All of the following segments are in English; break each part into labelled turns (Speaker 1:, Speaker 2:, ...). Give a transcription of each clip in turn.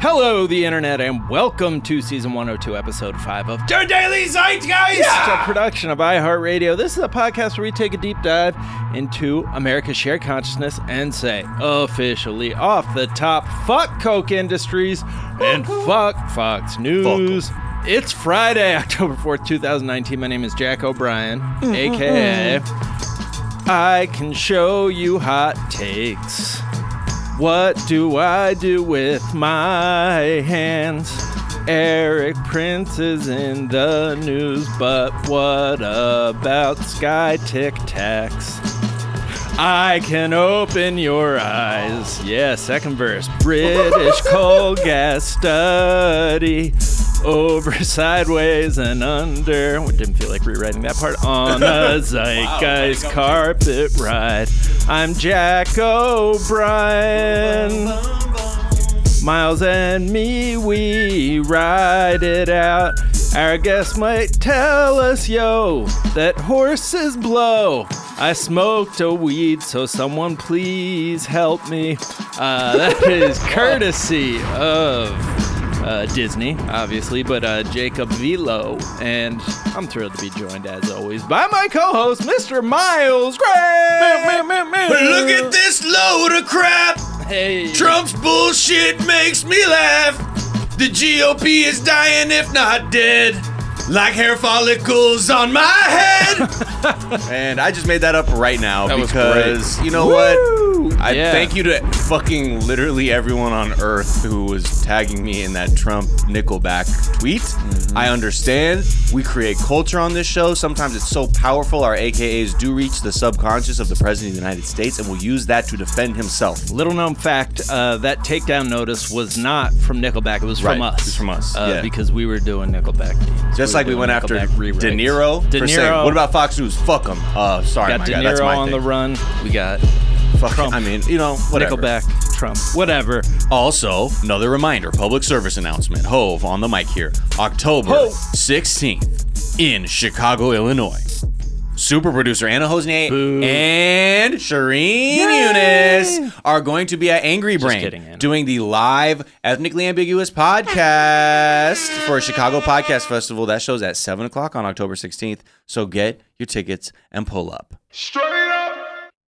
Speaker 1: Hello, the internet, and welcome to season 102, episode 5 of Der Daily Zeitgeist, a production of iHeartRadio. This is a podcast where we take a deep dive into America's shared consciousness and say, officially off the top, fuck Coke Industries and fuck Fox News. It's Friday, October 4th, 2019. My name is Jack O'Brien, aka I can show you hot takes. What do I do with my hands? Eric Prince is in the news, but what about Sky Tic Tacs? I can open your eyes. Yeah, second verse. British coal gas study. Over sideways and under. We didn't feel like rewriting that part. On a zeitgeist carpet ride. I'm Jack O'Brien. Miles and me, we ride it out. Our guest might tell us, yo, that horses blow. I smoked a weed, so someone please help me. Uh, that is courtesy of uh, Disney, obviously, but uh, Jacob Velo. And I'm thrilled to be joined, as always, by my co host, Mr. Miles Gray.
Speaker 2: Look at this load of crap.
Speaker 1: Hey.
Speaker 2: Trump's bullshit makes me laugh. The GOP is dying, if not dead. Like hair follicles on my head. and I just made that up right now
Speaker 3: That was
Speaker 2: because you know what? I
Speaker 1: Yeah.
Speaker 2: thank you to fucking literally everyone on earth who was tagging me in that Trump Nickelback tweet.
Speaker 3: Mm-hmm.
Speaker 2: I understand. We create culture on this show. Sometimes it's so powerful our AKAs do reach the subconscious of the president of the United States and will use that to defend himself.
Speaker 1: Little known fact: uh, that takedown notice was not from Nickelback. It was from
Speaker 2: Right,
Speaker 1: us.
Speaker 2: it was from us,
Speaker 1: Uh,
Speaker 2: yeah.
Speaker 1: Because we were doing Nickelback.
Speaker 2: Just like we
Speaker 1: doing
Speaker 2: went after
Speaker 1: Nickelback rewrites.
Speaker 2: De Niro,
Speaker 1: De
Speaker 2: for saying,
Speaker 1: Niro.
Speaker 2: what about Fox News? Fuck them. Uh, sorry,
Speaker 1: Got
Speaker 2: my
Speaker 1: De
Speaker 2: guy. That's
Speaker 1: Niro
Speaker 2: my
Speaker 1: on the
Speaker 2: thing.
Speaker 1: run. We got
Speaker 2: Fuck,
Speaker 1: Trump.
Speaker 2: I mean, you know, whatever.
Speaker 1: Nickelback, Trump, whatever.
Speaker 2: Also, another reminder, public service announcement. Hove on the mic here. October
Speaker 1: Hove.
Speaker 2: 16th in Chicago, Illinois. Super producer Anna Hosnier
Speaker 1: Boo.
Speaker 2: and Shireen Yunus are going to be at Angry Brain
Speaker 1: kidding, Anna.
Speaker 2: doing the live ethnically ambiguous podcast for Chicago Podcast Festival. That shows at 7 o'clock on October 16th. So get your tickets and pull up.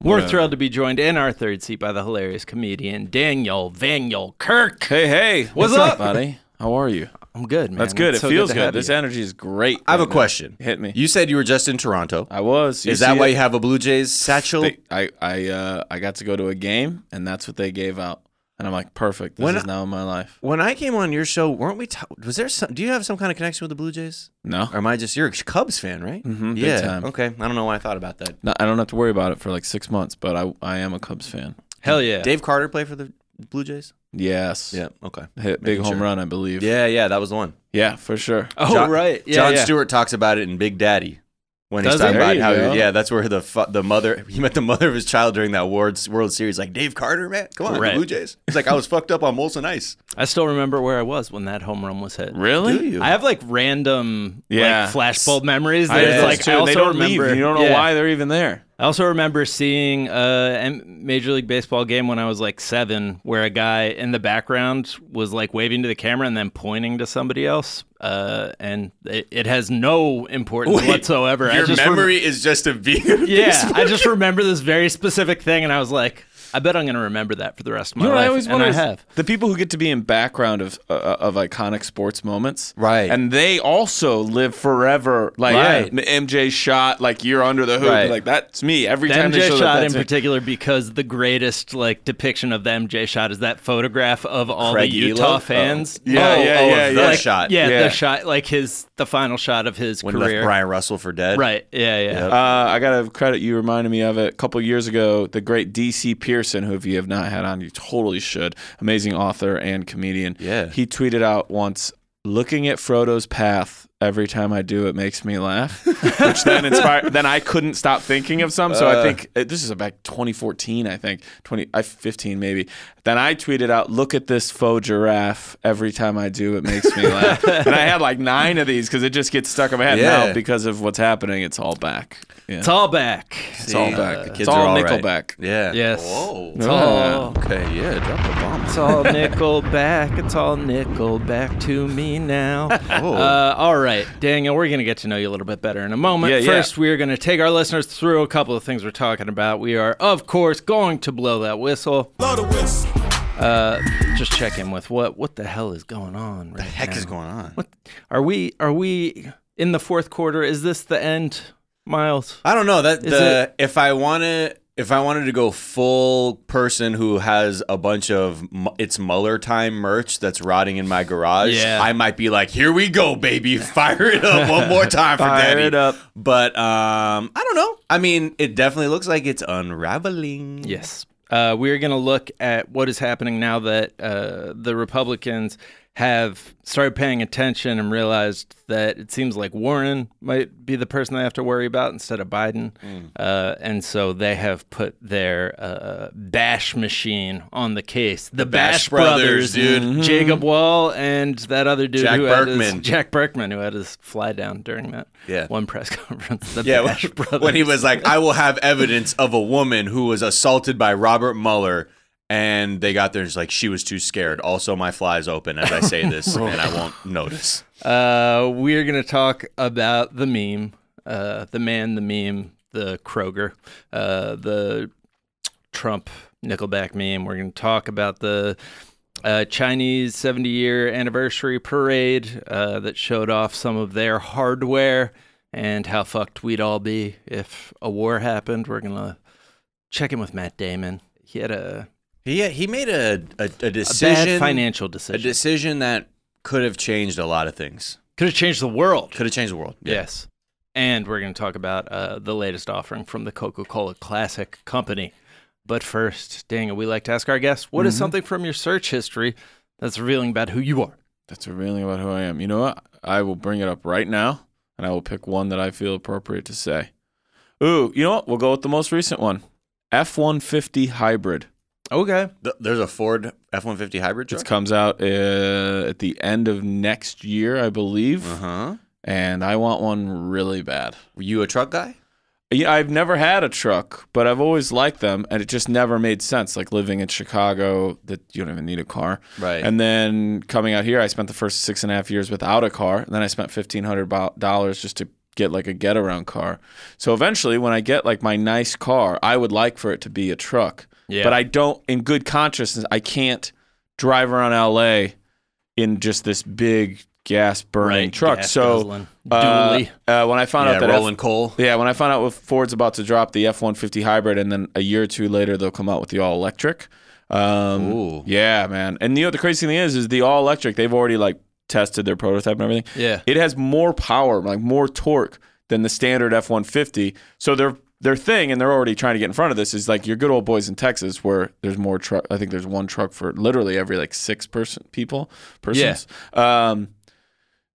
Speaker 1: We're
Speaker 3: Whatever.
Speaker 1: thrilled to be joined in our third seat by the hilarious comedian Daniel Vaniel Kirk.
Speaker 3: Hey, hey.
Speaker 1: What's up?
Speaker 3: buddy? How are you?
Speaker 1: I'm good, man.
Speaker 3: That's good.
Speaker 1: It's so
Speaker 3: it feels
Speaker 1: to
Speaker 3: good.
Speaker 1: have
Speaker 3: This
Speaker 1: you.
Speaker 3: energy is great.
Speaker 2: I have a
Speaker 3: right now.
Speaker 2: question.
Speaker 3: Hit me.
Speaker 2: You said you were just in Toronto.
Speaker 3: I was.
Speaker 2: Is that
Speaker 3: see
Speaker 2: why
Speaker 3: it?
Speaker 2: you have a Blue Jays satchel?
Speaker 3: They- I I uh I got to go to a game and that's what they gave out. And I'm like, perfect. This
Speaker 2: When
Speaker 3: is
Speaker 2: I-
Speaker 3: now in my life.
Speaker 2: When I came on your show, weren't we? ta- was there some? Do you have some kind of connection with the Blue Jays?
Speaker 3: No.
Speaker 2: Or am I just you're a Cubs fan, right?
Speaker 1: Mm-hmm,
Speaker 3: Mhm, big
Speaker 2: yeah.
Speaker 3: time.
Speaker 2: Okay. I don't know why I thought about that.
Speaker 3: No, I don't have to worry about it for like six months, but I I am a Cubs fan.
Speaker 1: Hell yeah.
Speaker 2: Dave Carter play for the Blue Jays.
Speaker 3: Yes.
Speaker 2: Okay.
Speaker 3: Hit big home
Speaker 2: sure.
Speaker 3: run, I believe.
Speaker 2: Yeah, yeah, that was the one.
Speaker 3: Yeah, for sure.
Speaker 1: oh
Speaker 2: John-
Speaker 1: right. Yeah.
Speaker 2: John
Speaker 1: yeah.
Speaker 2: Stewart talks about it in Big Daddy when
Speaker 1: Does
Speaker 2: he's
Speaker 1: he?
Speaker 2: talking
Speaker 3: There
Speaker 2: about
Speaker 3: you
Speaker 2: how
Speaker 3: go.
Speaker 2: yeah, that's where the fu- the mother he met the mother of his child during that World World Series. Like Dave Carter, man, come on, the
Speaker 1: Right.
Speaker 2: Blue Jays. He's like, I was fucked up on Molson Ice.
Speaker 1: I still remember where I was when that home run was hit.
Speaker 3: Really?
Speaker 2: Do you?
Speaker 1: I have like random
Speaker 3: Yeah.
Speaker 1: like flashbulb memories.
Speaker 3: I
Speaker 1: That
Speaker 3: did
Speaker 1: it's
Speaker 3: those
Speaker 1: like
Speaker 3: too,
Speaker 1: I
Speaker 3: and
Speaker 1: also
Speaker 3: they don't leave.
Speaker 1: remember.
Speaker 3: You don't know
Speaker 1: Yeah.
Speaker 3: why they're even there.
Speaker 1: I also remember seeing uh, a Major League Baseball game when I was like seven, where a guy in the background was like waving to the camera and then pointing to somebody else. Uh, and it, it has no importance
Speaker 2: Wait,
Speaker 1: whatsoever. I
Speaker 2: Your
Speaker 1: just rem-
Speaker 2: memory is just a vegan.
Speaker 1: yeah, I just remember this very specific thing, and I was like, I bet I'm going to remember that for the rest of my
Speaker 3: You know what
Speaker 1: life.
Speaker 3: I always
Speaker 1: and
Speaker 3: wonder
Speaker 1: I
Speaker 3: is
Speaker 1: have.
Speaker 3: the people who get to be in background of uh, of iconic sports moments,
Speaker 2: Right.
Speaker 3: And they also live forever. Like
Speaker 2: Right.
Speaker 3: yeah, MJ shot, like you're under the hoop,
Speaker 2: Right.
Speaker 3: like that's me every
Speaker 1: The
Speaker 3: time they
Speaker 1: MJ
Speaker 3: show
Speaker 1: shot
Speaker 3: that.
Speaker 1: in
Speaker 3: that's me.
Speaker 1: particular because the greatest like depiction of the MJ shot is that photograph of all
Speaker 2: Craig
Speaker 1: the Utah
Speaker 2: Elo?
Speaker 1: fans.
Speaker 3: Yeah,
Speaker 2: Oh,
Speaker 3: yeah,
Speaker 2: oh,
Speaker 3: yeah,
Speaker 2: the
Speaker 3: yeah.
Speaker 1: like,
Speaker 2: shot.
Speaker 1: Yeah,
Speaker 3: Yeah.
Speaker 1: the shot, like his the final shot of his
Speaker 2: When
Speaker 1: career.
Speaker 2: left Brian Russell for dead.
Speaker 1: Right. Yeah. Yeah.
Speaker 2: Yep.
Speaker 3: Uh, I gotta credit you reminded me of it a couple years ago. The great DC Pearson, who if you have not had on, you totally should. Amazing author and comedian.
Speaker 2: Yeah.
Speaker 3: he tweeted out once, looking at Frodo's path every time I do, it makes me laugh, which then inspired. Then I couldn't stop thinking of some. So I think uh, this is back 2014, I think 20, I 15 maybe. Then I tweeted out, "Look at this faux giraffe." Every time I do, it makes me laugh. and I had like nine of these because it just gets stuck in my head.
Speaker 2: Yeah.
Speaker 3: Now because of what's happening, it's all back. Yeah.
Speaker 1: It's all back.
Speaker 2: It's
Speaker 3: all back.
Speaker 2: The
Speaker 3: It's
Speaker 2: kids
Speaker 3: all
Speaker 2: are all right.
Speaker 3: Nickelback.
Speaker 2: Yeah.
Speaker 1: Yes.
Speaker 2: Whoa.
Speaker 1: It's all,
Speaker 2: Okay. Yeah. Drop the bomb.
Speaker 1: it's all nickel back. It's all nickel back to me now.
Speaker 2: Oh.
Speaker 1: Uh, all right, Daniel, we're going to get to know you a little bit better in a moment.
Speaker 3: Yeah, yeah.
Speaker 1: First, we're going to take our listeners through a couple of things we're talking about. We are, of course, going to blow that whistle.
Speaker 4: Blow the whistle.
Speaker 1: Just check in with what what the hell is going on right
Speaker 2: heck
Speaker 1: now?
Speaker 2: is going on?
Speaker 1: What are we are we in the fourth quarter? Is this the end, Miles?
Speaker 2: I don't know that
Speaker 1: Is
Speaker 2: the if I want to if I wanted to go full person who has a bunch of M- it's Muller time merch that's rotting in my garage,
Speaker 1: Yeah.
Speaker 2: I might be like, here we go, baby, fire it up one more time for
Speaker 3: Fire
Speaker 2: Daddy.
Speaker 3: it up.
Speaker 2: But um, I don't know. I mean, it definitely looks like it's unraveling.
Speaker 1: Yes. Uh, we're going to look at what is happening now that uh, the Republicans have started paying attention and realized that it seems like Warren might be the person they have to worry about instead of Biden.
Speaker 2: Mm.
Speaker 1: Uh, and so they have put their uh, bash machine on the case. The, Bash,
Speaker 2: Bash
Speaker 1: Brothers, mm-hmm.
Speaker 2: Brothers, dude. Mm-hmm.
Speaker 1: Jacob Wall and that other dude
Speaker 2: Jack
Speaker 1: who had his-
Speaker 2: Berkman.
Speaker 1: Jack Berkman, who had his fly down during that
Speaker 2: Yeah.
Speaker 1: one press conference. The
Speaker 2: Yeah,
Speaker 1: Bash
Speaker 2: when,
Speaker 1: Brothers.
Speaker 2: when he was like, I will have evidence of a woman who was assaulted by Robert Mueller. And they got there and it's like, she was too scared. Also, my fly's open as I say this, and I won't notice.
Speaker 1: Uh, we're gonna talk about the meme, uh, the man, the meme, the Kroger, uh, the Trump Nickelback meme. We're gonna talk about the uh, Chinese 70 year anniversary parade uh, that showed off some of their hardware and how fucked we'd all be if a war happened. We're gonna check in with Matt Damon. He had a,
Speaker 2: He uh, he made a a, a
Speaker 1: a
Speaker 2: decision,
Speaker 1: bad financial
Speaker 2: a
Speaker 1: decision.
Speaker 2: decision that could have changed a lot of things.
Speaker 1: Could have changed the world.
Speaker 2: Could have changed the world.
Speaker 1: Yes. And we're going to talk about uh, the latest offering from the Coca Cola Classic Company. But first, Daniel, we like to ask our guests what is
Speaker 3: Mm-hmm.
Speaker 1: something from your search history that's revealing about who you are?
Speaker 3: That's revealing about who I am. You know what? I will bring it up right now, and I will pick one that I feel appropriate to say. Ooh, you know what? We'll go with the most recent one: F one fifty hybrid.
Speaker 1: Okay.
Speaker 2: Th- there's a Ford F one fifty hybrid
Speaker 3: It
Speaker 2: truck.
Speaker 3: comes out uh, at the end of next year, I believe,
Speaker 2: Uh huh.
Speaker 3: and I want one really bad.
Speaker 2: Were you a truck guy?
Speaker 3: Yeah, I've never had a truck, but I've always liked them, and it just never made sense. Like living in Chicago, that you don't even need a car.
Speaker 2: Right.
Speaker 3: And then coming out here, I spent the first six and a half years without a car. And then I spent fifteen hundred dollars just to get like a get around car. So eventually, when I get like my nice car, I would like for it to be a truck.
Speaker 1: Yeah.
Speaker 3: But I don't, in good consciousness, I can't drive around LA in just this big gas burning
Speaker 1: Right,
Speaker 3: truck.
Speaker 1: gas
Speaker 3: so
Speaker 1: guzzling.
Speaker 3: uh,
Speaker 1: Dually.
Speaker 3: uh, when I found
Speaker 2: Yeah,
Speaker 3: out that F-
Speaker 2: rolling coal.
Speaker 3: yeah, when I found out what Ford's about to drop the F one fifty hybrid, and then a year or two later they'll come out with the all electric. Um,
Speaker 2: Ooh.
Speaker 3: Yeah, man. And you know what the crazy thing is, is the all electric. They've already like tested their prototype and everything.
Speaker 1: Yeah.
Speaker 3: it has more power, like more torque than the standard F one fifty. So their their thing, and they're already trying to get in front of this, is like your good old boys in Texas, where there's more truck. I think there's one truck for literally every like six person people persons. Um,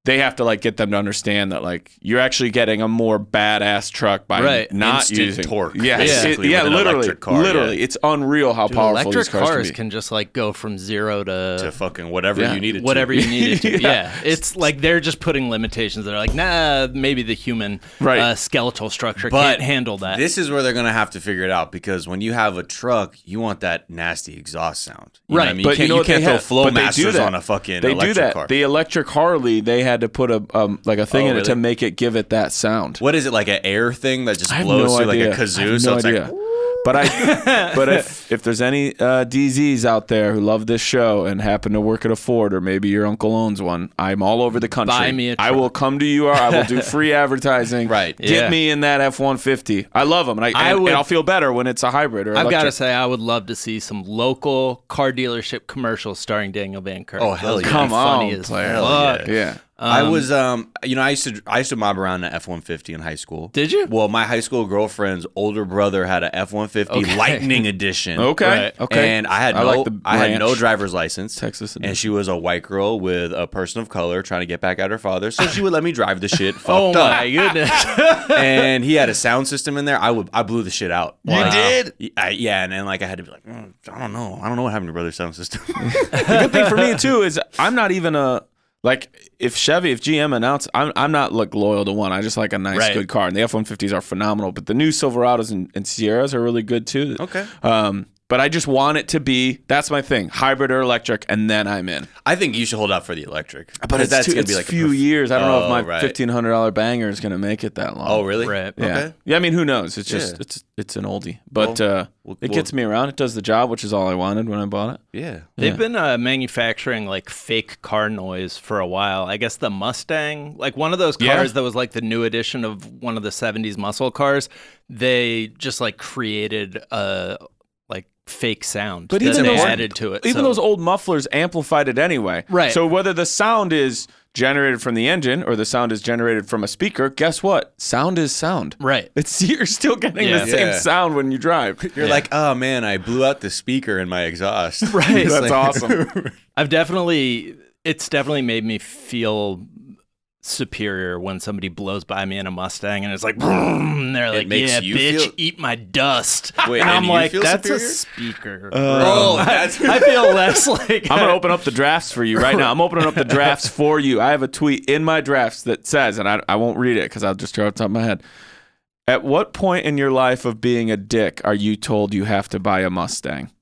Speaker 3: they have to like get them to understand that like you're actually getting a more badass truck by
Speaker 1: Right.
Speaker 3: not
Speaker 2: Instant
Speaker 3: using
Speaker 2: torque,
Speaker 3: Yeah,
Speaker 2: basically,
Speaker 3: yeah,
Speaker 2: with an
Speaker 3: literally,
Speaker 2: electric car,
Speaker 3: literally,
Speaker 2: yeah.
Speaker 3: it's unreal how
Speaker 1: Dude,
Speaker 3: powerful
Speaker 1: electric
Speaker 3: these cars,
Speaker 1: cars
Speaker 3: can be.
Speaker 1: can just like go from zero
Speaker 2: To
Speaker 1: to,
Speaker 2: fucking whatever
Speaker 3: Yeah.
Speaker 2: you needed.
Speaker 1: whatever
Speaker 2: To.
Speaker 1: you need it to. yeah.
Speaker 3: Yeah.
Speaker 1: It's like they're just putting limitations that are like, nah, maybe the human
Speaker 3: Right.
Speaker 1: uh, skeletal structure
Speaker 2: But
Speaker 1: can't handle that.
Speaker 2: This is where they're gonna have to figure it out because when you have a truck, you want that nasty exhaust sound. You know what
Speaker 1: Right,
Speaker 2: I mean,
Speaker 3: but
Speaker 2: you can't,
Speaker 3: know
Speaker 2: you
Speaker 3: what they
Speaker 2: can't throw
Speaker 3: have?
Speaker 2: flow
Speaker 3: But they do
Speaker 2: masters
Speaker 3: that.
Speaker 2: on a fucking
Speaker 3: They
Speaker 2: electric
Speaker 3: do that.
Speaker 2: car.
Speaker 3: The electric Harley, they had to put a um like a thing
Speaker 2: Oh,
Speaker 3: in it to
Speaker 2: really?
Speaker 3: make it give it that sound.
Speaker 2: what is it like an air thing that just
Speaker 3: I have
Speaker 2: blows
Speaker 3: no
Speaker 2: through
Speaker 3: idea.
Speaker 2: like a kazoo?
Speaker 3: I have
Speaker 2: so
Speaker 3: no
Speaker 2: it's
Speaker 3: idea.
Speaker 2: like
Speaker 3: But I, but if, if there's any uh, DZs out there who love this show and happen to work at a Ford or maybe your uncle owns one, I'm all over the country.
Speaker 1: Buy me a
Speaker 3: I will come to you or I will do free advertising.
Speaker 2: Right.
Speaker 3: Get
Speaker 1: Yeah.
Speaker 3: me in that F-150. I love them, and, I,
Speaker 1: I
Speaker 3: and,
Speaker 1: would-
Speaker 3: and I'll feel better when it's a hybrid or
Speaker 1: I've got to
Speaker 3: electric.
Speaker 1: say, I would love to see some local car dealership commercials starring Daniel Van Kirk.
Speaker 2: Oh, hell
Speaker 1: Those would
Speaker 2: yeah.
Speaker 1: be
Speaker 3: Come
Speaker 1: funny
Speaker 3: on,
Speaker 1: as
Speaker 3: player.
Speaker 1: fuck.
Speaker 3: yeah.
Speaker 2: I was, um, you know, I used to, I used to mob around the F one fifty in high school.
Speaker 1: Did you?
Speaker 2: Well, my high school girlfriend's older brother had a F one fifty
Speaker 1: Okay.
Speaker 2: Lightning edition.
Speaker 3: Okay.
Speaker 1: Right.
Speaker 3: Okay.
Speaker 2: And I had
Speaker 3: I
Speaker 2: no,
Speaker 3: like the
Speaker 2: I had
Speaker 3: ranch.
Speaker 2: no driver's license.
Speaker 3: Texas
Speaker 2: And
Speaker 3: edition.
Speaker 2: she was a white girl with a person of color trying to get back at her father, so she would let me drive the shit. Fucked
Speaker 1: Oh
Speaker 2: up.
Speaker 1: my goodness.
Speaker 2: and he had a sound system in there. I would I blew the shit out. You
Speaker 1: did?
Speaker 2: I, yeah, and then like I had to be like, "Mm, I don't know, I don't know what happened to brother's sound system.
Speaker 3: the good thing for me too is I'm not even a like if Chevy, if GM announced, I'm I'm not like loyal to one. I just like a nice
Speaker 1: Right.
Speaker 3: good car, and the F-150s are phenomenal. But the new Silverados and, and Sierras are really good too.
Speaker 2: Okay.
Speaker 3: Um, but I just want it to be that's my thing, hybrid or electric, and then I'm in.
Speaker 2: I think you should hold out for the electric,
Speaker 3: But it's,
Speaker 2: that's
Speaker 3: too,
Speaker 2: gonna
Speaker 3: it's
Speaker 2: be like
Speaker 3: few
Speaker 2: a perf-
Speaker 3: years. I don't know
Speaker 2: Oh,
Speaker 3: if my
Speaker 2: right.
Speaker 3: fifteen hundred dollar banger is gonna make it that long.
Speaker 2: Oh really?
Speaker 1: Right.
Speaker 3: Yeah.
Speaker 2: Okay.
Speaker 3: Yeah, I mean, who knows? It's just
Speaker 2: Yeah.
Speaker 3: it's it's an oldie, but uh,
Speaker 2: we'll-
Speaker 3: it
Speaker 2: we'll-
Speaker 3: gets me around. It does the job, which is all I wanted when I bought it.
Speaker 2: Yeah.
Speaker 1: They've been uh, manufacturing like fake car noise for a while. I guess the Mustang, like one of those
Speaker 3: Yeah.
Speaker 1: cars that was like the new edition of one of the 70s muscle cars, they just like created a like fake sound
Speaker 3: But
Speaker 1: that
Speaker 3: even
Speaker 1: they
Speaker 3: those-
Speaker 1: added to it.
Speaker 3: Even
Speaker 1: So-
Speaker 3: those old mufflers amplified it anyway.
Speaker 1: Right.
Speaker 3: So whether the sound is generated from the engine or the sound is generated from a speaker, guess what? Sound is sound.
Speaker 1: Right.
Speaker 3: It's you're still getting
Speaker 1: Yeah.
Speaker 3: the same
Speaker 2: Yeah.
Speaker 3: sound when you drive.
Speaker 2: You're like, oh man, I blew out the speaker in my exhaust.
Speaker 1: Right.
Speaker 2: It's
Speaker 3: That's
Speaker 2: like-
Speaker 3: awesome.
Speaker 1: I've definitely, it's definitely made me feel superior when somebody blows by me in a Mustang and it's like, "Vroom," and they're like,
Speaker 2: makes
Speaker 1: yeah,
Speaker 2: you
Speaker 1: bitch,
Speaker 2: feel-
Speaker 1: eat my dust.
Speaker 2: Wait,
Speaker 1: and
Speaker 2: and
Speaker 1: I'm
Speaker 2: you
Speaker 1: like,
Speaker 2: feel
Speaker 1: that's a
Speaker 2: superior?"
Speaker 1: speaker.
Speaker 2: Oh, that's
Speaker 1: I feel less like
Speaker 3: I'm gonna open up the drafts for you right now. I'm opening up the drafts for you. I have a tweet in my drafts that says, and I, I won't read it because I'll just throw it off the top of my head. At what point in your life of being a dick are you told you have to buy a Mustang?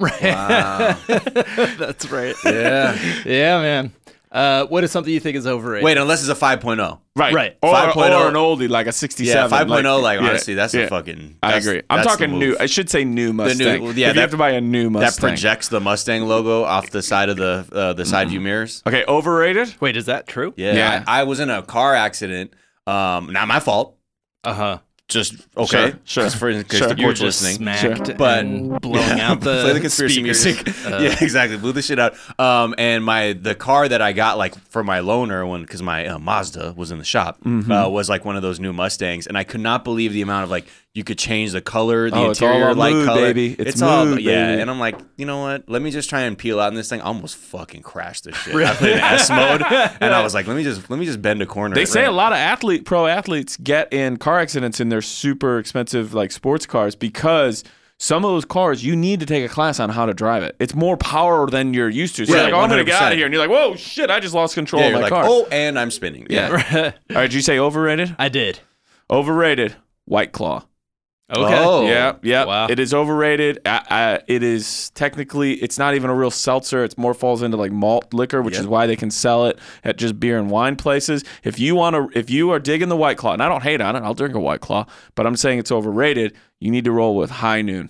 Speaker 1: That's right.
Speaker 2: yeah.
Speaker 1: yeah, man. Uh, what is something you think is overrated?
Speaker 2: Wait, unless it's a oh. 5.0.
Speaker 3: Right.
Speaker 1: Right.
Speaker 3: Or,
Speaker 2: 5.0.
Speaker 3: or an oldie, like a 67.
Speaker 2: Yeah, 5.0. Like,
Speaker 3: yeah,
Speaker 2: honestly, that's
Speaker 3: yeah.
Speaker 2: a fucking.
Speaker 3: I
Speaker 2: that's-
Speaker 3: agree. I'm
Speaker 2: that's the
Speaker 3: talking new. uh,
Speaker 2: move.
Speaker 3: I should say new Mustang.
Speaker 2: well,
Speaker 3: yeah, if
Speaker 2: yeah,
Speaker 3: you
Speaker 2: that-
Speaker 3: have to buy a new Mustang.
Speaker 2: That projects the Mustang logo off the side of the uh, the side view mirrors.
Speaker 3: Okay, overrated?
Speaker 1: Wait, is that true?
Speaker 2: Yeah,
Speaker 3: Mm-hmm. Yeah.
Speaker 2: I, I was in a car accident. Um, not my fault.
Speaker 1: Uh huh.
Speaker 2: Just okay.
Speaker 3: sure.
Speaker 2: Just for in case
Speaker 3: Sure.
Speaker 2: the
Speaker 3: You
Speaker 1: You're
Speaker 2: court's
Speaker 1: just
Speaker 2: listening.
Speaker 1: smacked
Speaker 2: But-
Speaker 1: and blowing out the,
Speaker 2: Play the conspiracy
Speaker 1: speakers. Uh,
Speaker 2: music.
Speaker 3: Uh,
Speaker 2: yeah, exactly. Blew the shit out. Um, and my the car that I got like for my loaner one because my uh, Mazda was in the shop
Speaker 3: Mm-hmm.
Speaker 2: uh, was like one of those new Mustangs, and I could not believe the amount of like you could change the color, the
Speaker 3: Oh, it's all
Speaker 2: interior
Speaker 3: on
Speaker 2: light
Speaker 3: mood,
Speaker 2: color.
Speaker 3: baby. It's mood,
Speaker 2: yeah.
Speaker 3: baby.
Speaker 2: And I'm like, you know what? Let me just try and peel out in this thing. I almost fucking crashed this shit. I played in S mode, and I was like, let me just let me just bend a corner.
Speaker 3: They say a lot of athlete pro athletes get in car accidents in their super expensive like sports cars because some of those cars you need to take a class on how to drive it. It's more power than you're used to. So
Speaker 2: Yeah,
Speaker 3: you're like, oh, I'm gonna get
Speaker 2: 100%.
Speaker 3: out of here, and you're like, whoa, shit, I just lost control
Speaker 2: Yeah,
Speaker 3: of
Speaker 2: you're
Speaker 3: my
Speaker 2: like,
Speaker 3: car.
Speaker 2: oh, and I'm spinning.
Speaker 3: yeah. All right, did you say overrated?
Speaker 1: I did.
Speaker 3: Overrated. White Claw.
Speaker 1: Okay.
Speaker 2: Oh.
Speaker 3: Yeah, yeah.
Speaker 1: Wow.
Speaker 3: It is overrated. I, I, it is technically, it's not even a real seltzer. It's more falls into like malt liquor, which
Speaker 2: Yeah.
Speaker 3: is why they can sell it at just beer and wine places. If you want to, if you are digging the White Claw, and I don't hate on it, I'll drink a White Claw, but I'm saying it's overrated. You need to roll with High Noon.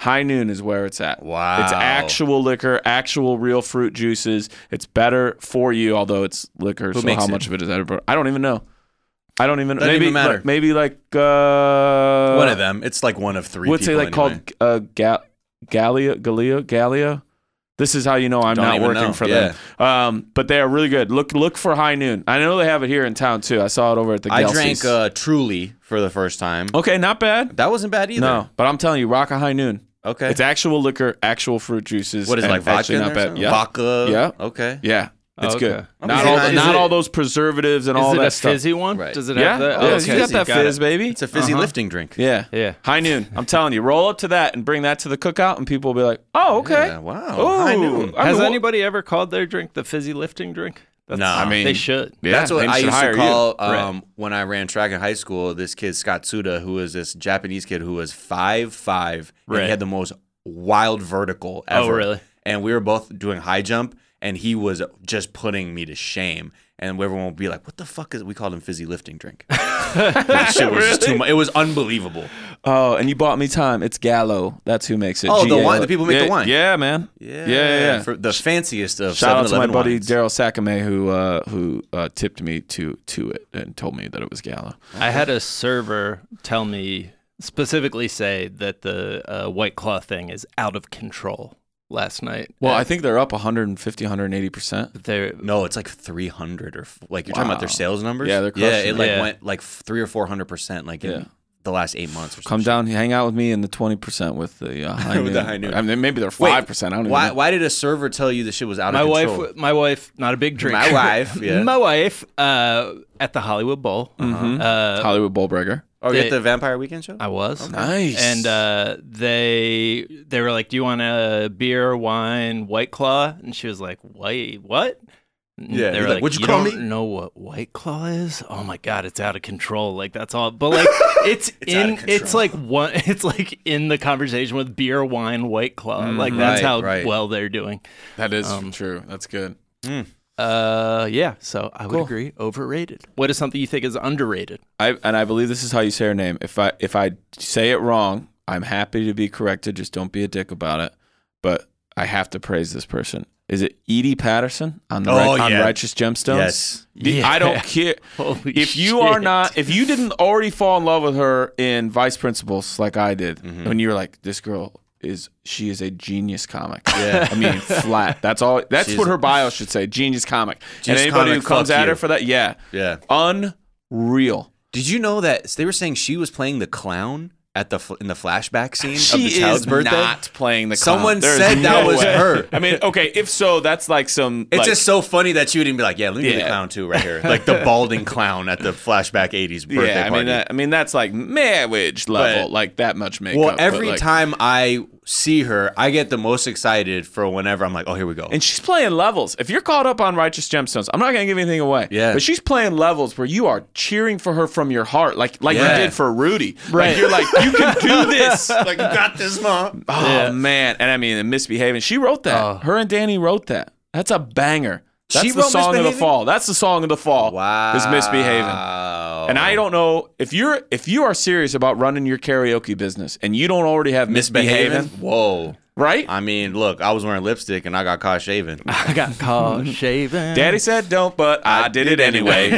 Speaker 3: High Noon is where it's at.
Speaker 2: Wow.
Speaker 3: It's actual liquor, actual real fruit juices. It's better for you, although it's liquor. so
Speaker 2: makes
Speaker 3: how
Speaker 2: it?
Speaker 3: much of it is that? I don't even know. I don't even.
Speaker 2: Doesn't
Speaker 3: maybe
Speaker 2: even matter.
Speaker 3: Like, maybe like uh,
Speaker 2: one of them. It's like one of three.
Speaker 3: What's it
Speaker 2: people
Speaker 3: like
Speaker 2: anyway.
Speaker 3: called? Uh, Ga- Gallia, Gallia, Gallia. This is how you know I'm
Speaker 2: Don't
Speaker 3: not
Speaker 2: even
Speaker 3: working
Speaker 2: know.
Speaker 3: for them. Um, but they are really good. Look, look for High Noon. I know they have it here in town too. I saw it over at the.
Speaker 2: I
Speaker 3: Gelsey's.
Speaker 2: drank uh, Truly for the first time.
Speaker 3: okay, not bad.
Speaker 2: That wasn't bad either.
Speaker 3: No, but I'm telling you, rock a High Noon.
Speaker 2: Okay.
Speaker 3: It's actual liquor, actual fruit juices.
Speaker 2: what is it,
Speaker 3: and
Speaker 2: like vodka?
Speaker 3: actually
Speaker 2: in there
Speaker 3: Not
Speaker 2: or
Speaker 3: bad.
Speaker 2: something?
Speaker 3: Yeah.
Speaker 2: Vodka.
Speaker 3: Yeah.
Speaker 2: Okay.
Speaker 3: Yeah. It's
Speaker 1: Oh, Okay.
Speaker 3: good.
Speaker 1: Okay.
Speaker 3: Not
Speaker 2: Is it
Speaker 3: all,
Speaker 2: not- is
Speaker 3: not
Speaker 2: it-
Speaker 3: all those preservatives and all
Speaker 1: Is it
Speaker 3: that
Speaker 1: a
Speaker 3: stuff.
Speaker 1: fizzy one?
Speaker 2: Right.
Speaker 1: Does it
Speaker 3: Yeah,
Speaker 1: have the?
Speaker 3: yeah,
Speaker 1: Oh,
Speaker 3: you got that
Speaker 1: Got
Speaker 3: fizz,
Speaker 1: it.
Speaker 3: baby.
Speaker 2: It's a fizzy lifting drink.
Speaker 3: Uh-huh. Yeah.
Speaker 1: Yeah.
Speaker 3: High noon. I'm telling you, roll up to that and bring that to the cookout, and people will be like, oh, okay.
Speaker 2: Yeah, wow.
Speaker 3: Oh,
Speaker 2: High noon.
Speaker 3: I
Speaker 1: Has
Speaker 3: mean, wh-
Speaker 1: anybody ever called their drink the fizzy lifting drink? That's,
Speaker 2: No. I
Speaker 3: mean-
Speaker 1: they should.
Speaker 3: Yeah,
Speaker 2: That's what
Speaker 3: they
Speaker 2: I
Speaker 3: should
Speaker 2: used
Speaker 3: hire
Speaker 2: to
Speaker 3: you.
Speaker 2: call um, when I ran track in high school. This kid Scott Suda, who was this Japanese kid who was five five, and
Speaker 1: Right.
Speaker 2: he had the most wild vertical
Speaker 3: Oh,
Speaker 2: ever.
Speaker 1: really?
Speaker 2: And we were both doing high jump, and he was just putting me to shame. And everyone would be like, "What the fuck is?" We called him fizzy lifting drink. That shit was just too much. It was unbelievable.
Speaker 3: Oh, and you bought me time. It's Gallo. That's who makes it.
Speaker 2: Oh, the
Speaker 3: G A L L O.
Speaker 2: wine- the people who make
Speaker 3: yeah,
Speaker 2: the wine.
Speaker 3: Yeah, man. Yeah, yeah. yeah.
Speaker 2: For the fanciest of
Speaker 3: Shout out to my
Speaker 2: 7-Eleven
Speaker 3: buddy
Speaker 2: wines.
Speaker 3: Daryl Sakame who uh, who uh, tipped me to to it and told me that it was Gallo.
Speaker 1: I had a server tell me specifically say that the uh, white claw thing is out of control. last night.
Speaker 3: Well, I think they're up 150, 180 percent.
Speaker 1: they're
Speaker 2: No, it's like 300 or f- like you're talking about their
Speaker 3: Wow.
Speaker 2: sales numbers.
Speaker 3: Yeah, they're
Speaker 2: yeah,
Speaker 3: crushing
Speaker 2: it
Speaker 3: it.
Speaker 2: like
Speaker 1: Yeah.
Speaker 2: went like f- three or four hundred percent like in
Speaker 3: Yeah.
Speaker 2: the last eight months or
Speaker 3: Come
Speaker 2: something.
Speaker 3: down, hang out with me in the 20 percent with the uh, high
Speaker 2: With
Speaker 3: noon.
Speaker 2: the high noon.
Speaker 3: I mean, maybe they're
Speaker 2: Wait,
Speaker 3: five percent. I don't even
Speaker 2: Why?
Speaker 3: know.
Speaker 2: Why did a server tell you the shit was out
Speaker 1: my
Speaker 2: of
Speaker 1: wife.
Speaker 2: control?
Speaker 1: My wife, not a big drinker.
Speaker 2: My wife, yeah. Mm-hmm.
Speaker 1: My wife uh, at the Hollywood Bowl. Uh,
Speaker 3: Hollywood Bowl Breaker.
Speaker 2: Are Oh, you
Speaker 1: they-
Speaker 2: at the Vampire Weekend show?
Speaker 1: I was.
Speaker 3: Nice.
Speaker 1: And uh, they they were like, "Do you want a beer, wine, White Claw?" And she was like, "White what?" And
Speaker 2: Yeah,
Speaker 1: they
Speaker 2: you're
Speaker 1: were
Speaker 2: like,
Speaker 1: like,
Speaker 2: "What'd you
Speaker 1: you
Speaker 2: call
Speaker 1: don't
Speaker 2: me?"
Speaker 1: know what White Claw is? Oh my god, it's out of control. Like that's all. But like, it's,
Speaker 2: It's out
Speaker 1: in.
Speaker 2: of control.
Speaker 1: It's like one. It's like in the conversation with beer, wine, White Claw. like that's
Speaker 2: Right,
Speaker 1: how
Speaker 2: right.
Speaker 1: well they're doing.
Speaker 3: that is
Speaker 1: um,
Speaker 3: true. That's good.
Speaker 1: Uh, yeah. So I would agree. Overrated. What is something you think is underrated?
Speaker 3: I and I believe this is how you say her name. If I if I say it wrong, I'm happy to be corrected. Just don't be a dick about it. But I have to praise this person. Is it Edie Patterson on the
Speaker 2: Oh,
Speaker 3: right, on
Speaker 2: yeah.
Speaker 3: Righteous Gemstones?
Speaker 2: Yes.
Speaker 3: The-
Speaker 1: Yeah.
Speaker 3: I don't care
Speaker 1: Holy
Speaker 3: if you are
Speaker 1: shit.
Speaker 3: not if you didn't already fall in love with her in Vice Principals like I did
Speaker 2: Mm-hmm.
Speaker 3: when you were like this girl is she is a genius comic. Yeah. I mean flat. That's all that's
Speaker 2: She's-
Speaker 3: what her bio should say. Genius comic.
Speaker 2: Genius
Speaker 3: and anybody
Speaker 2: comic,
Speaker 3: who comes
Speaker 2: fuck
Speaker 3: at
Speaker 2: you.
Speaker 3: her for that, yeah.
Speaker 2: Yeah.
Speaker 3: Unreal.
Speaker 2: Did you know that they were saying she was playing the clown at the fl- in the flashback scene of
Speaker 3: She
Speaker 2: the child's
Speaker 3: is
Speaker 2: birthday?
Speaker 3: not playing the clown.
Speaker 2: Someone
Speaker 3: There is
Speaker 2: said that
Speaker 3: no
Speaker 2: was
Speaker 3: way.
Speaker 2: her.
Speaker 3: I mean, okay, if so, that's like some.
Speaker 2: It's
Speaker 3: like,
Speaker 2: just so funny that you would even be like, "Yeah, let me do the
Speaker 3: Yeah.
Speaker 2: clown too right here," like the balding clown at the flashback '80s birthday
Speaker 3: yeah. I
Speaker 2: party.
Speaker 3: mean, that, I mean, that's like marriage level,
Speaker 2: But-
Speaker 3: like that much makeup.
Speaker 2: well,
Speaker 3: but,
Speaker 2: every
Speaker 3: like-
Speaker 2: time I see her, I get the most excited for whenever I'm like, "Oh, here we go."
Speaker 3: and she's playing levels. If you're caught up on Righteous Gemstones, I'm not gonna give anything away.
Speaker 2: Yeah.
Speaker 3: but she's playing levels where you are cheering for her from your heart, like like
Speaker 2: Yeah.
Speaker 3: you did for Rudy.
Speaker 1: Right.
Speaker 3: like, you're like, you can do this.
Speaker 2: like, "You got this, mom."
Speaker 3: Oh man, and I mean, the misbehaving. She wrote that.
Speaker 1: Oh.
Speaker 3: Her and Danny wrote that. That's a banger. That's
Speaker 2: She
Speaker 3: the
Speaker 2: wrote
Speaker 3: song of the
Speaker 2: Misbehaving?
Speaker 3: fall. That's the song of the fall.
Speaker 2: Wow,
Speaker 3: is misbehaving. And I don't know if you're if you are serious about running your karaoke business and you don't already have misbehaving,
Speaker 2: misbehaving. Whoa.
Speaker 3: right?
Speaker 2: I mean, look, I was wearing lipstick and I got caught shaving.
Speaker 1: I got called shaving.
Speaker 3: Daddy said don't, but I, did, it anyway.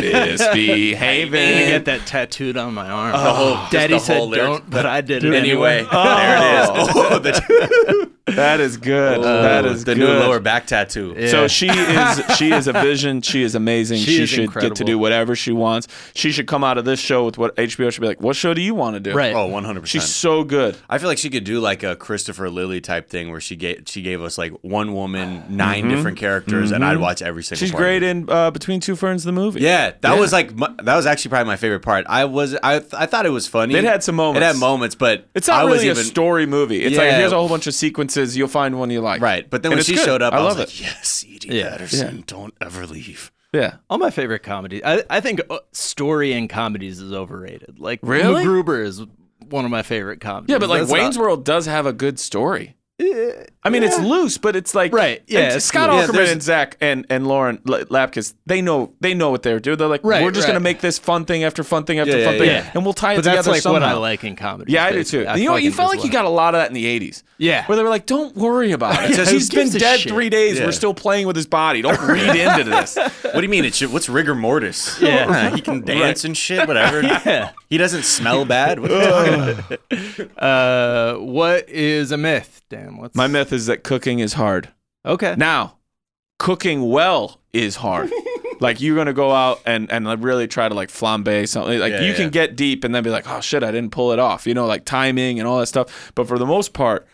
Speaker 1: I need to get
Speaker 3: misbehaving.
Speaker 1: that tattooed on my arm.
Speaker 3: Oh,
Speaker 2: whole- just
Speaker 1: Daddy
Speaker 2: the
Speaker 1: said
Speaker 2: whole lyrics.
Speaker 1: don't, but I did it
Speaker 2: Anyway,
Speaker 1: anyway.
Speaker 2: there it is. Oh, the,
Speaker 3: That is good. that is
Speaker 2: Oh, the new
Speaker 3: good.
Speaker 2: lower back tattoo.
Speaker 3: So she is she is a vision. She is amazing. She,
Speaker 1: is
Speaker 3: should get to
Speaker 1: incredible.
Speaker 3: do whatever she wants. She should come out of this show with what HBO should be like. What show do you want to do?
Speaker 1: Right.
Speaker 2: Oh, 100%.
Speaker 3: She's so good.
Speaker 2: I feel like she could do like a Christopher Lilly type thing where she gave she gave us like one woman, 9 different characters, and I'd watch every single.
Speaker 3: Mm-hmm. She's
Speaker 2: part of
Speaker 3: great
Speaker 2: it.
Speaker 3: in uh, Between Two Ferns, the movie.
Speaker 2: Yeah, that was like my, that was actually probably my favorite part. I was I I thought it was funny.
Speaker 3: It had some moments.
Speaker 2: It had moments, but
Speaker 3: It's not
Speaker 2: I
Speaker 3: really
Speaker 2: was
Speaker 3: a story movie. It's like
Speaker 2: Yeah.
Speaker 3: here's a whole bunch of sequences. You'll find one you like.
Speaker 2: Right, but then
Speaker 3: And
Speaker 2: when
Speaker 3: it's
Speaker 2: she
Speaker 3: good.
Speaker 2: showed up,
Speaker 3: I,
Speaker 2: I,
Speaker 3: love
Speaker 2: was like,
Speaker 3: it.
Speaker 2: "Yes, Edie
Speaker 1: Yeah.
Speaker 2: Patterson, don't ever leave."
Speaker 3: yeah.
Speaker 1: All my favorite comedies. I, I think uh, story in comedies is overrated. Like
Speaker 3: Really?
Speaker 1: Gruber is one of my favorite comedies.
Speaker 3: Yeah, but like
Speaker 1: That's
Speaker 3: Wayne's
Speaker 1: not-
Speaker 3: World does have a good story. I mean, it's loose, but it's like
Speaker 1: Right,
Speaker 3: and
Speaker 1: yeah, it's
Speaker 3: Scott
Speaker 1: loose. Yeah,
Speaker 3: Ackerman
Speaker 1: there's-
Speaker 3: and Zach and and Lauren L- Lapkus, they know they know what they're doing. They're like,
Speaker 1: Right,
Speaker 3: we're just gonna
Speaker 1: right.
Speaker 3: make this fun thing after fun thing after
Speaker 2: Yeah,
Speaker 3: fun
Speaker 2: yeah,
Speaker 3: thing,
Speaker 1: yeah.
Speaker 3: and we'll tie it
Speaker 1: But
Speaker 3: together
Speaker 1: that's like
Speaker 3: somehow.
Speaker 1: what I like in comedy.
Speaker 3: Yeah, I do too. you know, what? you felt like you got a lot of that in the '80s.
Speaker 1: Yeah.
Speaker 3: where they were like, "Don't worry about it.
Speaker 2: Yeah, who
Speaker 3: He's been
Speaker 1: gives a
Speaker 3: dead
Speaker 1: shit?
Speaker 3: three days.
Speaker 2: Yeah.
Speaker 3: We're still playing with his body. Don't read into this."
Speaker 2: What do you mean? It's what's rigor mortis?
Speaker 1: Yeah.
Speaker 2: Huh, he can dance and shit, whatever.
Speaker 1: Yeah.
Speaker 2: He doesn't smell bad. What the fuck?
Speaker 1: Uh, what is a myth, Dan? What's
Speaker 3: My myth is that cooking is hard.
Speaker 1: Okay.
Speaker 3: Now, cooking well is hard. like you're gonna go out and and like, really try to like flambe something. Like
Speaker 2: Yeah,
Speaker 3: you
Speaker 2: yeah.
Speaker 3: can get deep and then be like, oh shit, I didn't pull it off. You know, like timing and all that stuff. But for the most part,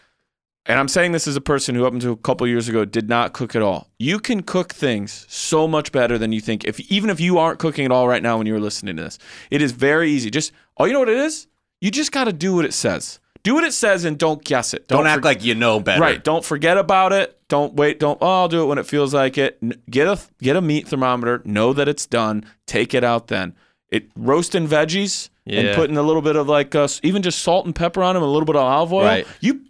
Speaker 3: and I'm saying this as a person who up until a couple years ago did not cook at all. You can cook things so much better than you think. If even if you aren't cooking at all right now when you're listening to this, it is very easy. Just oh, you know what it is? You just gotta do what it says. Do what it says and don't guess it.
Speaker 2: Don't
Speaker 3: forget-
Speaker 2: act like you know better.
Speaker 3: Right. Don't forget about it. Don't wait. Don't. Oh, I'll do it when it feels like it. N- Get a get a meat thermometer. Know that it's done. Take it out then. It roasting veggies
Speaker 1: Yeah.
Speaker 3: and putting a little bit of like uh, s- even just salt and pepper on them, a little bit of olive oil.
Speaker 2: Right.
Speaker 3: You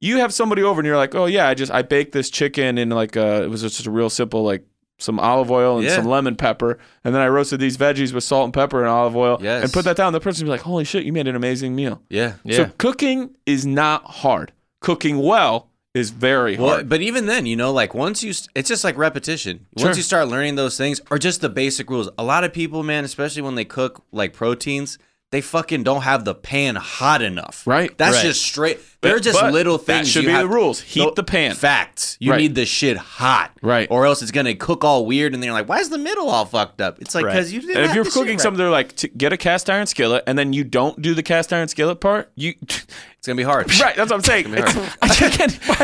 Speaker 3: you have somebody over and you're like, oh yeah, I just I baked this chicken in like uh it was just a real simple like some olive oil and
Speaker 2: Yeah.
Speaker 3: some lemon pepper, and then I roasted these veggies with salt and pepper and olive oil,
Speaker 2: Yes.
Speaker 3: and put that down. The person would be like, holy shit, you made an amazing meal.
Speaker 2: Yeah.
Speaker 1: Yeah.
Speaker 3: So cooking is not hard. Cooking well is very
Speaker 2: Well,
Speaker 3: hard.
Speaker 2: but even then, you know, like once you, st- it's just like repetition. Once
Speaker 3: Sure.
Speaker 2: you start learning those things, or just the basic rules. A lot of people, man, especially when they cook like proteins, they fucking don't have the pan hot enough.
Speaker 3: Right.
Speaker 2: That's
Speaker 1: Right.
Speaker 2: just straight. They're just
Speaker 3: but
Speaker 2: little
Speaker 3: that
Speaker 2: things.
Speaker 3: should
Speaker 2: you
Speaker 3: be
Speaker 2: have-
Speaker 3: the rules. Heat
Speaker 2: No,
Speaker 3: the pan.
Speaker 2: Facts. You
Speaker 3: Right.
Speaker 2: need the shit hot.
Speaker 3: Right.
Speaker 2: Or else it's gonna cook all weird, and then you're like, why is the middle all fucked up? It's like
Speaker 1: Right.
Speaker 2: because you didn't.
Speaker 3: And if
Speaker 2: have
Speaker 3: you're
Speaker 2: the shit
Speaker 3: cooking
Speaker 2: right.
Speaker 3: something, they're like, "T- get a cast iron skillet, and then you don't do the cast iron skillet part. You
Speaker 2: it's gonna be hard.
Speaker 3: right? That's what I'm saying.
Speaker 2: It's gonna
Speaker 3: It's- I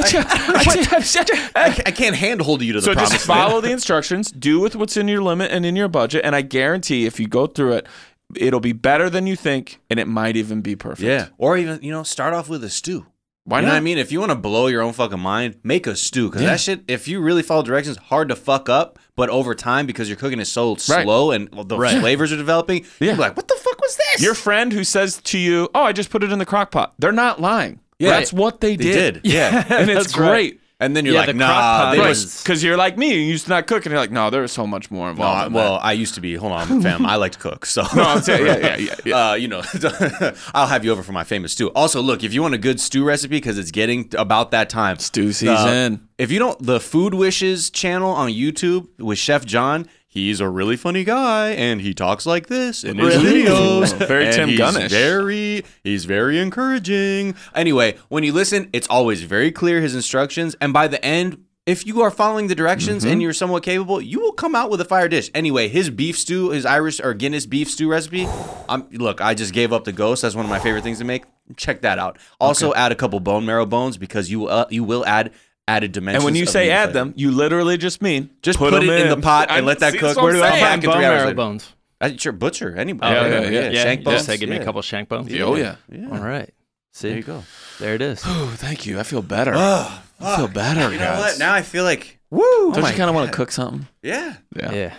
Speaker 3: can't. I can't-
Speaker 2: I, ca- I can't handhold you to the
Speaker 3: So
Speaker 2: promised
Speaker 3: just follow the instructions. Do with what's in your limit and in your budget, and I guarantee if you go through it, it'll be better than you think, and it might even be perfect.
Speaker 2: Yeah. Or even, you know, start off with a stew.
Speaker 3: Why
Speaker 2: you know
Speaker 3: not?
Speaker 2: what I mean? If you want to blow your own fucking mind, make a stew. Because
Speaker 3: Yeah.
Speaker 2: that shit, if you really follow directions, hard to fuck up. But over time, because your cooking is so slow and the flavors are developing,
Speaker 3: Yeah.
Speaker 2: you're like, what the fuck was this?
Speaker 3: Your friend who says to you, "Oh, I just put it in the crock pot," they're not lying.
Speaker 2: Yeah.
Speaker 3: that's what they
Speaker 2: They did.
Speaker 3: did.
Speaker 2: Yeah.
Speaker 3: and it's
Speaker 1: That's right.
Speaker 3: great.
Speaker 2: And then you're
Speaker 1: Yeah, the
Speaker 2: like,
Speaker 1: crock pot
Speaker 2: nah, they
Speaker 1: Right.
Speaker 2: was.
Speaker 1: is-
Speaker 3: Because you're like me, you used to not cook, and you're like, "No, there was so much more
Speaker 2: No, I-
Speaker 3: involved."
Speaker 2: uh, well, I used to be. Hold on, fam. I like to cook, so
Speaker 3: I'm saying- yeah, yeah, yeah,
Speaker 2: Uh, you know, I'll have you over for my famous stew. Also, look, if you want a good stew recipe, because it's getting about that time, Uh,
Speaker 3: Stew
Speaker 2: the-
Speaker 3: season.
Speaker 2: if you don't, the Food Wishes channel on YouTube with Chef John. He's a really funny guy, and he talks like this in his
Speaker 3: Really?
Speaker 2: videos.
Speaker 3: Very
Speaker 2: and
Speaker 3: Tim
Speaker 2: he's
Speaker 3: Gunnish.
Speaker 2: Very, he's very encouraging. Anyway, when you listen, it's always very clear his instructions, and by the end, if you are following the directions
Speaker 3: Mm-hmm.
Speaker 2: and you're somewhat capable, you will come out with a fire dish. Anyway, his beef stew, his Irish or Guinness beef stew recipe. I'm look, I just gave up the ghost. That's one of my favorite things to make. Check that out. Also, add a couple bone marrow bones because you uh, you will add added dimensions.
Speaker 3: and when you
Speaker 2: of
Speaker 3: say
Speaker 2: meat
Speaker 3: add
Speaker 2: flavor.
Speaker 3: them, you literally just mean
Speaker 2: Just put
Speaker 3: 'em
Speaker 2: it in the pot and
Speaker 3: I'm-
Speaker 2: let that
Speaker 3: see,
Speaker 2: cook.
Speaker 3: that's what
Speaker 2: Where
Speaker 3: I'm
Speaker 2: do I
Speaker 3: saying.
Speaker 2: find
Speaker 1: bone
Speaker 2: three hours
Speaker 1: marrow
Speaker 2: later.
Speaker 1: bones.
Speaker 2: Uh, sure, butcher, anybody.
Speaker 3: Oh, yeah,
Speaker 2: whatever,
Speaker 3: yeah, yeah.
Speaker 2: Shank
Speaker 1: you
Speaker 2: bones.
Speaker 1: Just say, give me a couple shank bones.
Speaker 3: Oh yeah.
Speaker 1: All right. See,
Speaker 2: There you go.
Speaker 1: There it is.
Speaker 3: Oh, thank you. I feel better.
Speaker 2: Oh,
Speaker 3: I feel better,
Speaker 2: you know
Speaker 3: guys.
Speaker 2: what? Now I feel like, oh
Speaker 3: Woo! Don't
Speaker 2: my
Speaker 3: you kind of want
Speaker 2: God.
Speaker 3: to cook something?
Speaker 2: yeah.
Speaker 1: Yeah.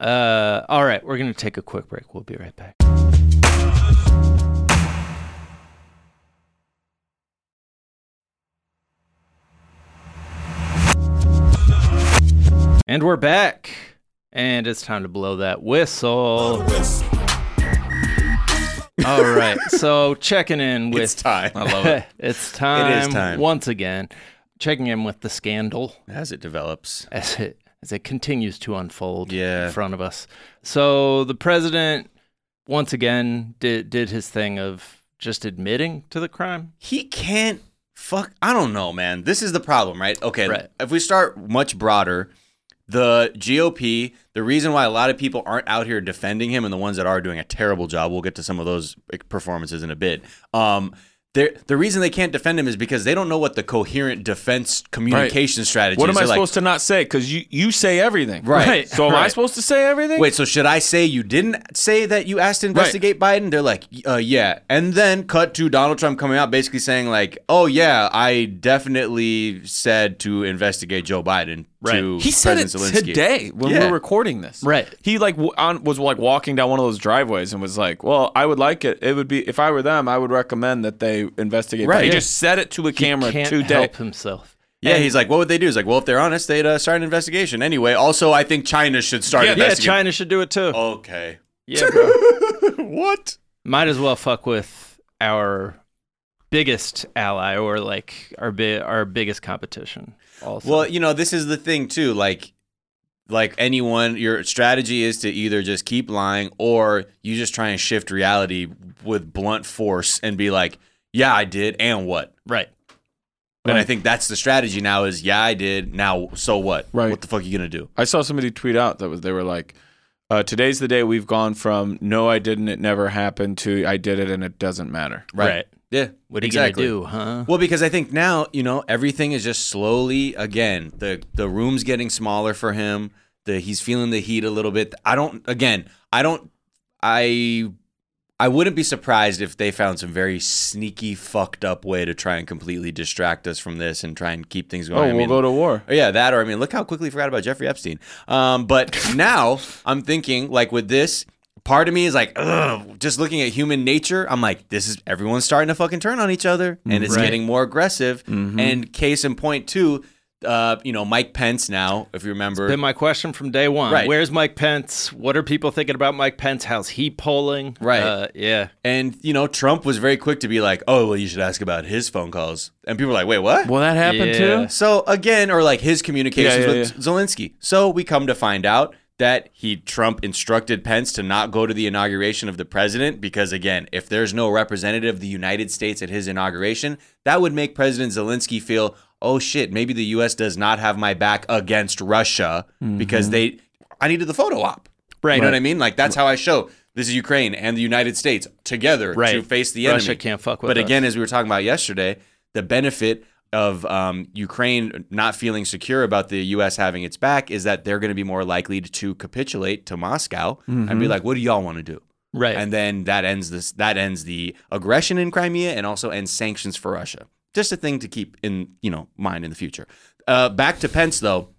Speaker 1: Uh, all right, we're gonna take a quick break. We'll be right back. And we're back, and it's time to blow that whistle. All right, so checking in with
Speaker 2: It's time.
Speaker 3: I love it.
Speaker 1: it's time.
Speaker 2: time.
Speaker 1: once again. Checking in with the scandal
Speaker 2: As it develops.
Speaker 1: as it as it continues to unfold
Speaker 2: Yeah.
Speaker 1: in front of us. So the president once again did did his thing of just admitting to the crime.
Speaker 2: he can't fuck i don't know man this is the problem right okay
Speaker 1: Right.
Speaker 2: if we start much broader the gop the reason why a lot of people aren't out here defending him and the ones that are doing a terrible job we'll get to some of those performances in a bit um they're- the reason they can't defend him is because they don't know what the coherent defense communication strategy is.
Speaker 3: What am I
Speaker 2: They're like,
Speaker 3: supposed to not say? Because you you say everything,
Speaker 2: Right. Right.
Speaker 3: So am I
Speaker 1: Right.
Speaker 3: supposed to say everything?
Speaker 2: Wait, so should I say you didn't say that you asked to investigate Biden? They're like, uh, yeah. And then cut to Donald Trump coming out basically saying, like, oh, yeah, I definitely said to investigate Joe Biden.
Speaker 1: Right.
Speaker 2: To
Speaker 3: He said
Speaker 2: President
Speaker 3: it
Speaker 2: Zelensky.
Speaker 3: today when
Speaker 2: Yeah.
Speaker 3: we're recording this.
Speaker 1: Right.
Speaker 3: He like w- on, was like walking down one of those driveways and was like, "Well, I would like it. It would be if I were them, I would recommend that they investigate." But
Speaker 2: Right.
Speaker 3: He
Speaker 2: Yeah.
Speaker 3: just said it to a camera
Speaker 1: Can't
Speaker 3: today.
Speaker 1: help himself.
Speaker 2: Yeah, he's like, what would they do? He's like, well, if they're honest, they'd uh, start an investigation. Anyway, also, I think China should start
Speaker 3: Yeah,
Speaker 1: Yeah,
Speaker 2: investigating.
Speaker 1: China should do it too.
Speaker 2: Oh. Okay.
Speaker 1: Yeah, bro.
Speaker 2: what?
Speaker 1: Might as well fuck with our biggest ally or like our bi- our biggest competition. Also,
Speaker 2: Well, you know, this is the thing too. Like, like anyone, your strategy is to either just keep lying or you just try and shift reality with blunt force and be like, "Yeah, I did, and what?"
Speaker 1: right.
Speaker 2: And I think that's the strategy now. Is yeah, I did. Now, so what?
Speaker 3: Right.
Speaker 2: What the fuck are you gonna do?
Speaker 3: I saw somebody tweet out that was they were like, uh, "Today's the day we've gone from no, I didn't, it never happened to I did it and it doesn't matter."
Speaker 1: Right.
Speaker 2: Yeah.
Speaker 1: What are
Speaker 2: exactly.
Speaker 1: you gonna do, huh?
Speaker 2: Well, because I think now, you know, everything is just slowly again. The the room's getting smaller for him. The he's feeling the heat a little bit. I don't again, I don't I I wouldn't be surprised if they found some very sneaky fucked up way to try and completely distract us from this and try and keep things
Speaker 3: Oh,
Speaker 2: going. I
Speaker 3: we'll
Speaker 2: mean,
Speaker 3: go to war.
Speaker 2: yeah, that or I mean, look how quickly you forgot about Jeffrey Epstein. Um, but now I'm thinking like with this, part of me is like, Ugh, just looking at human nature, I'm like, this is everyone's starting to fucking turn on each other, and
Speaker 1: Mm-hmm. Right.
Speaker 2: it's
Speaker 1: Mm-hmm.
Speaker 2: getting more aggressive. And case in point too, uh, you know, Mike Pence now, if you remember,
Speaker 1: Been my question from day one.
Speaker 2: Right.
Speaker 1: Where's Mike Pence? What are people thinking about Mike Pence? How's he polling?
Speaker 2: Right.
Speaker 1: Uh, yeah.
Speaker 2: and you know, Trump was very quick to be like, oh, well, you should ask about his phone calls, and people were like, wait, what?
Speaker 3: Well, that happened
Speaker 1: Yeah.
Speaker 3: too.
Speaker 2: So again, or like his communications
Speaker 3: Yeah, yeah,
Speaker 2: with Zelensky. So we come to find out that he Trump instructed Pence to not go to the inauguration of the president because again, if there's no representative of the United States at his inauguration, that would make President Zelensky feel, "Oh shit, maybe the US does not have my back against Russia because they I needed the photo op."
Speaker 1: Mm-hmm. Right.
Speaker 2: You know what I mean? Like that's how I show this is Ukraine and the United States together to
Speaker 1: Right.
Speaker 2: face the enemy.
Speaker 1: Russia can't fuck with
Speaker 2: But
Speaker 1: us.
Speaker 2: again, as we were talking about yesterday, the benefit of um, Ukraine not feeling secure about the U.S. having its back is that they're going to be more likely to capitulate to Moscow
Speaker 1: Mm-hmm.
Speaker 2: and be like, "What do y'all want to do?"
Speaker 1: Right.
Speaker 2: And then that ends this. That ends the aggression in Crimea and also ends sanctions for Russia. Just a thing to keep in you know mind in the future. Uh, back to Pence though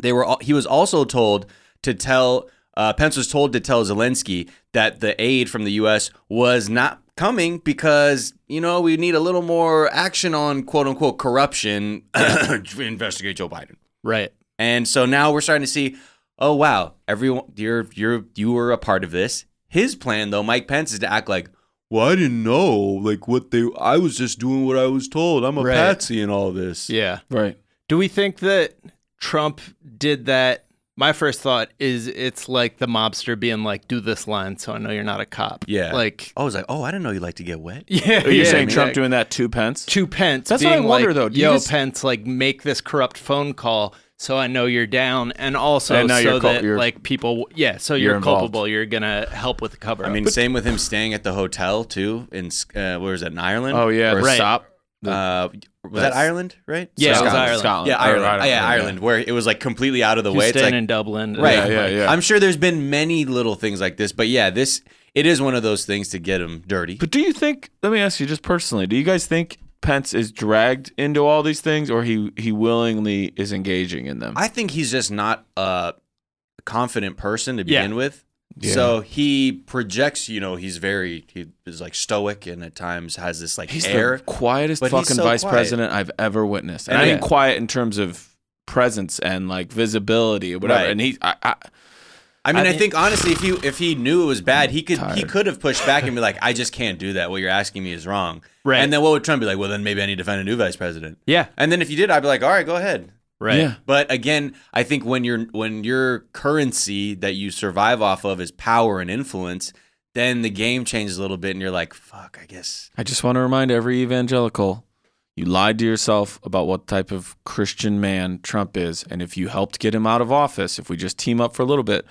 Speaker 2: they were al- he was also told to tell uh, Pence was told to tell Zelensky that the aid from the U.S. was not coming because you know we need a little more action on quote unquote corruption to investigate Joe Biden.
Speaker 1: right.
Speaker 2: And so now we're starting to see, oh wow, everyone, you're you're you were a part of this. His plan though, Mike Pence, is to act like, well, I didn't know, like what they, I was just doing what I was told. I'm a
Speaker 1: Right.
Speaker 2: patsy in all this.
Speaker 1: Yeah.
Speaker 3: Right.
Speaker 1: Do we think that Trump did that? My first thought is it's like the mobster being like, "Do this line, so I know you're not a cop."
Speaker 2: Yeah.
Speaker 1: Like,
Speaker 2: I was like, oh, I didn't know you like to get wet.
Speaker 1: yeah.
Speaker 3: Are you
Speaker 1: yeah,
Speaker 3: saying Trump
Speaker 1: exact-
Speaker 3: doing that two pence?
Speaker 1: to Pence?
Speaker 3: That's what
Speaker 1: being
Speaker 3: I wonder,
Speaker 1: like,
Speaker 3: though. Do you
Speaker 1: Yo,
Speaker 3: just-
Speaker 1: Pence, like make this corrupt phone call, so I know you're down, and also
Speaker 3: And now
Speaker 1: so
Speaker 3: you're cul-
Speaker 1: that
Speaker 3: you're-
Speaker 1: like people, yeah, so
Speaker 3: You're
Speaker 1: you're,
Speaker 3: involved.
Speaker 1: culpable. You're gonna help with the cover.
Speaker 2: I mean, same with him staying at the hotel too. In uh, where is it? In Ireland?
Speaker 3: Oh yeah,
Speaker 2: Or,
Speaker 1: Right.
Speaker 3: stop.
Speaker 2: uh, was that
Speaker 3: That's-
Speaker 2: Ireland? Right?
Speaker 1: Yeah, it was
Speaker 2: Scotland.
Speaker 1: Ireland.
Speaker 2: Yeah, Ireland.
Speaker 3: Or
Speaker 2: yeah, Ireland, where it was like completely out of the
Speaker 1: He was
Speaker 2: way. It's
Speaker 1: staying
Speaker 2: like,
Speaker 1: in Dublin,
Speaker 2: right?
Speaker 3: Yeah, yeah,
Speaker 2: like,
Speaker 3: yeah.
Speaker 2: I'm sure there's been many little things like this, but yeah, this it is one of those things to get him dirty.
Speaker 3: But do you think? Let me ask you just personally. Do you guys think Pence is dragged into all these things, or he he willingly is engaging in them?
Speaker 2: I think he's just not a confident person to
Speaker 1: Yeah.
Speaker 2: begin with. So he projects, you know, he's very he is like stoic and at times has this like
Speaker 3: he's
Speaker 2: air.
Speaker 3: the quietest
Speaker 2: but he's
Speaker 3: fucking
Speaker 2: so
Speaker 3: vice
Speaker 2: quiet.
Speaker 3: president I've ever witnessed, and I
Speaker 2: Yeah.
Speaker 3: mean quiet in terms of presence and like visibility or whatever.
Speaker 2: Right.
Speaker 3: And he, I, I,
Speaker 2: I mean,
Speaker 3: I
Speaker 2: I,
Speaker 3: mean-
Speaker 2: think honestly, if you if he knew it was bad, he could he
Speaker 3: Tired.
Speaker 2: could have pushed back and be like, "I just can't do that. What you're asking me is wrong."
Speaker 1: Right.
Speaker 2: And then what would Trump be like? Well, then maybe I need to find a new vice president.
Speaker 1: Yeah.
Speaker 2: And then if you did, I'd be like, "All right, go ahead."
Speaker 1: Right.
Speaker 3: yeah,
Speaker 2: But again, I think when your when your currency that you survive off of is power and influence, then the game changes a little bit, and you're like, "Fuck, I guess."
Speaker 3: I just want to remind every evangelical. You lied to yourself about what type of Christian man Trump is. And if you helped get him out of office, if we just team up for a little bit,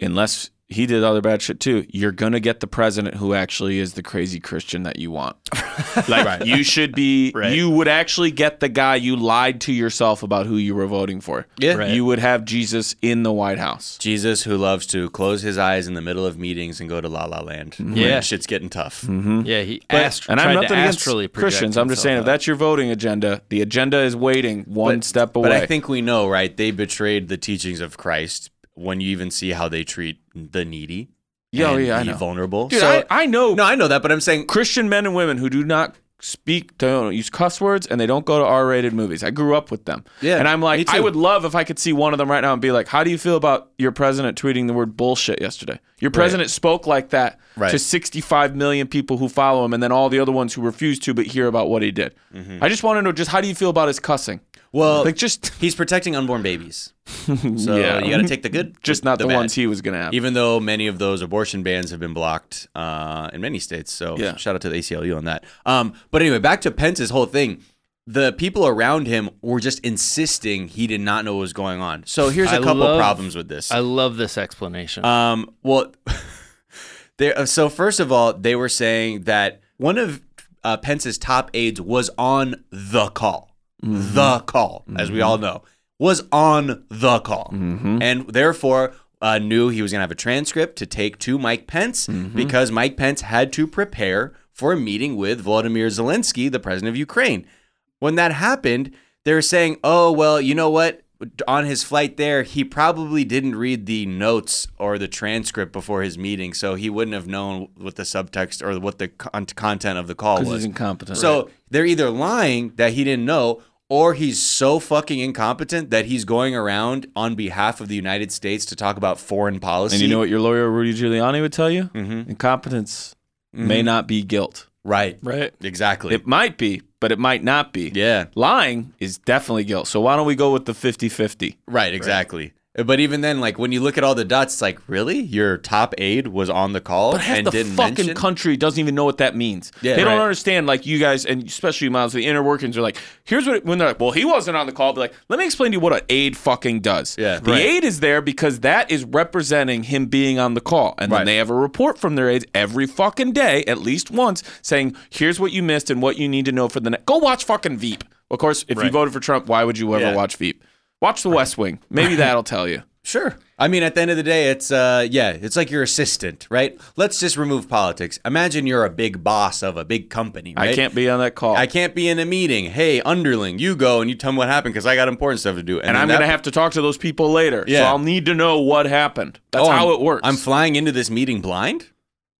Speaker 3: unless he did other bad shit too, you're going to get the president who actually is the crazy Christian that you want. like,
Speaker 2: Right.
Speaker 3: you should be,
Speaker 1: Right.
Speaker 3: you would actually get the guy you lied to yourself about who you were voting for.
Speaker 2: Yeah.
Speaker 1: Right.
Speaker 3: You would have Jesus in the White House.
Speaker 2: Jesus, who loves to close his eyes in the middle of meetings and go to La La Land,
Speaker 3: Mm-hmm.
Speaker 2: when
Speaker 1: Yeah.
Speaker 2: shit's getting tough.
Speaker 1: Yeah, he
Speaker 3: But-
Speaker 1: ast-
Speaker 3: and
Speaker 1: tried
Speaker 3: I'm
Speaker 1: to
Speaker 3: nothing against
Speaker 1: astrally project
Speaker 3: Christians. I'm just
Speaker 1: himself
Speaker 3: saying, if
Speaker 1: out.
Speaker 3: that's your voting agenda, the agenda is waiting one step away.
Speaker 2: But I think we know, right? They betrayed the teachings of Christ when you even see how they treat the needy.
Speaker 3: Yeah, oh,
Speaker 2: and
Speaker 3: yeah, I
Speaker 2: the
Speaker 3: know.
Speaker 2: vulnerable.
Speaker 3: Dude,
Speaker 2: so,
Speaker 3: I, I know
Speaker 2: no, I know that, but I'm saying
Speaker 3: Christian men and women who do not speak, don't use cuss words, and they don't go to R-rated movies. I grew up with them.
Speaker 2: Yeah,
Speaker 3: and I'm
Speaker 2: me
Speaker 3: like,
Speaker 2: too.
Speaker 3: I would love if I could see one of them right now and be like, "How do you feel about your president tweeting the word bullshit yesterday? Your president spoke like that
Speaker 2: Right.
Speaker 3: to 65 million people who follow him, and then all the other ones who refuse to but hear about what he did.
Speaker 2: Mm-hmm.
Speaker 3: I just want to know, just how do you feel about his cussing?
Speaker 2: Well-
Speaker 3: like just,
Speaker 2: he's protecting unborn babies. So
Speaker 3: Yeah.
Speaker 2: you got to take the good,
Speaker 3: just not the,
Speaker 2: bad.
Speaker 3: ones he was gonna have.
Speaker 2: Even though many of those abortion bans have been blocked uh, in many states, so
Speaker 3: Yeah.
Speaker 2: shout out to the ACLU on that. Um, but anyway, back to Pence's whole thing. The people around him were just insisting he did not know what was going on. So here's a
Speaker 1: I
Speaker 2: couple
Speaker 1: love-
Speaker 2: problems with this.
Speaker 1: I love this explanation.
Speaker 2: Um, well, there. uh, So first of all, they were saying that one of uh, Pence's top aides was on the call, the call, as we all know, was on the call, and therefore. Uh, knew he was going to have a transcript to take to Mike Pence because Mike Pence had to prepare for a meeting with Volodymyr Zelensky, the president of Ukraine. When that happened, they were saying, oh, well, you know what? On his flight there, he probably didn't read the notes or the transcript before his meeting, so he wouldn't have known what the subtext or what the con- content of the call
Speaker 3: 'Cause
Speaker 2: was.
Speaker 3: he's incompetent.
Speaker 2: So they're either lying that he didn't know, or he's so fucking incompetent that he's going around on behalf of the United States to talk about foreign policy.
Speaker 3: And you know what your lawyer Rudy Giuliani would tell you? Incompetence may not be guilt.
Speaker 2: Right.
Speaker 1: right.
Speaker 2: Exactly.
Speaker 3: It might be, but it might not be.
Speaker 2: yeah.
Speaker 3: Lying is definitely guilt. So why don't we go with the 50 50?
Speaker 2: Right, exactly. But even then, like when you look at all the dots, it's like really, your top aide was on the call
Speaker 3: But half
Speaker 2: and
Speaker 3: the
Speaker 2: didn't
Speaker 3: fucking
Speaker 2: mention.
Speaker 3: country doesn't even know what that means.
Speaker 2: Yeah,
Speaker 3: they don't
Speaker 2: right.
Speaker 3: understand, like you guys, and especially you, Miles, the inner workings are like, here's what, it- when they're like, well, he wasn't on the call, but like, let me explain to you what an aid fucking does.
Speaker 2: Yeah,
Speaker 3: The
Speaker 2: right.
Speaker 3: aid is there because that is representing him being on the call. And
Speaker 2: Right.
Speaker 3: then they have a report from their aides every fucking day, at least once, saying, here's what you missed and what you need to know for the next. Go watch fucking Veep. Of course, if you
Speaker 2: Right.
Speaker 3: voted for Trump, why would you ever
Speaker 2: Yeah.
Speaker 3: watch Veep? Watch The West Wing. Maybe that'll tell you.
Speaker 2: Sure. I mean, at the end of the day, it's uh, yeah, it's like your assistant, right? Let's just remove politics. Imagine you're a big boss of a big company. Right?
Speaker 3: I can't be on that call.
Speaker 2: I can't be in a meeting. Hey, underling, you go and you tell me what happened because I got important stuff to do.
Speaker 3: and
Speaker 2: then
Speaker 3: I'm
Speaker 2: that-
Speaker 3: going to have to talk to those people later. So
Speaker 2: Yeah.
Speaker 3: I'll need to know what happened. That's
Speaker 2: Oh,
Speaker 3: how
Speaker 2: I'm-
Speaker 3: it works.
Speaker 2: I'm flying into this meeting blind.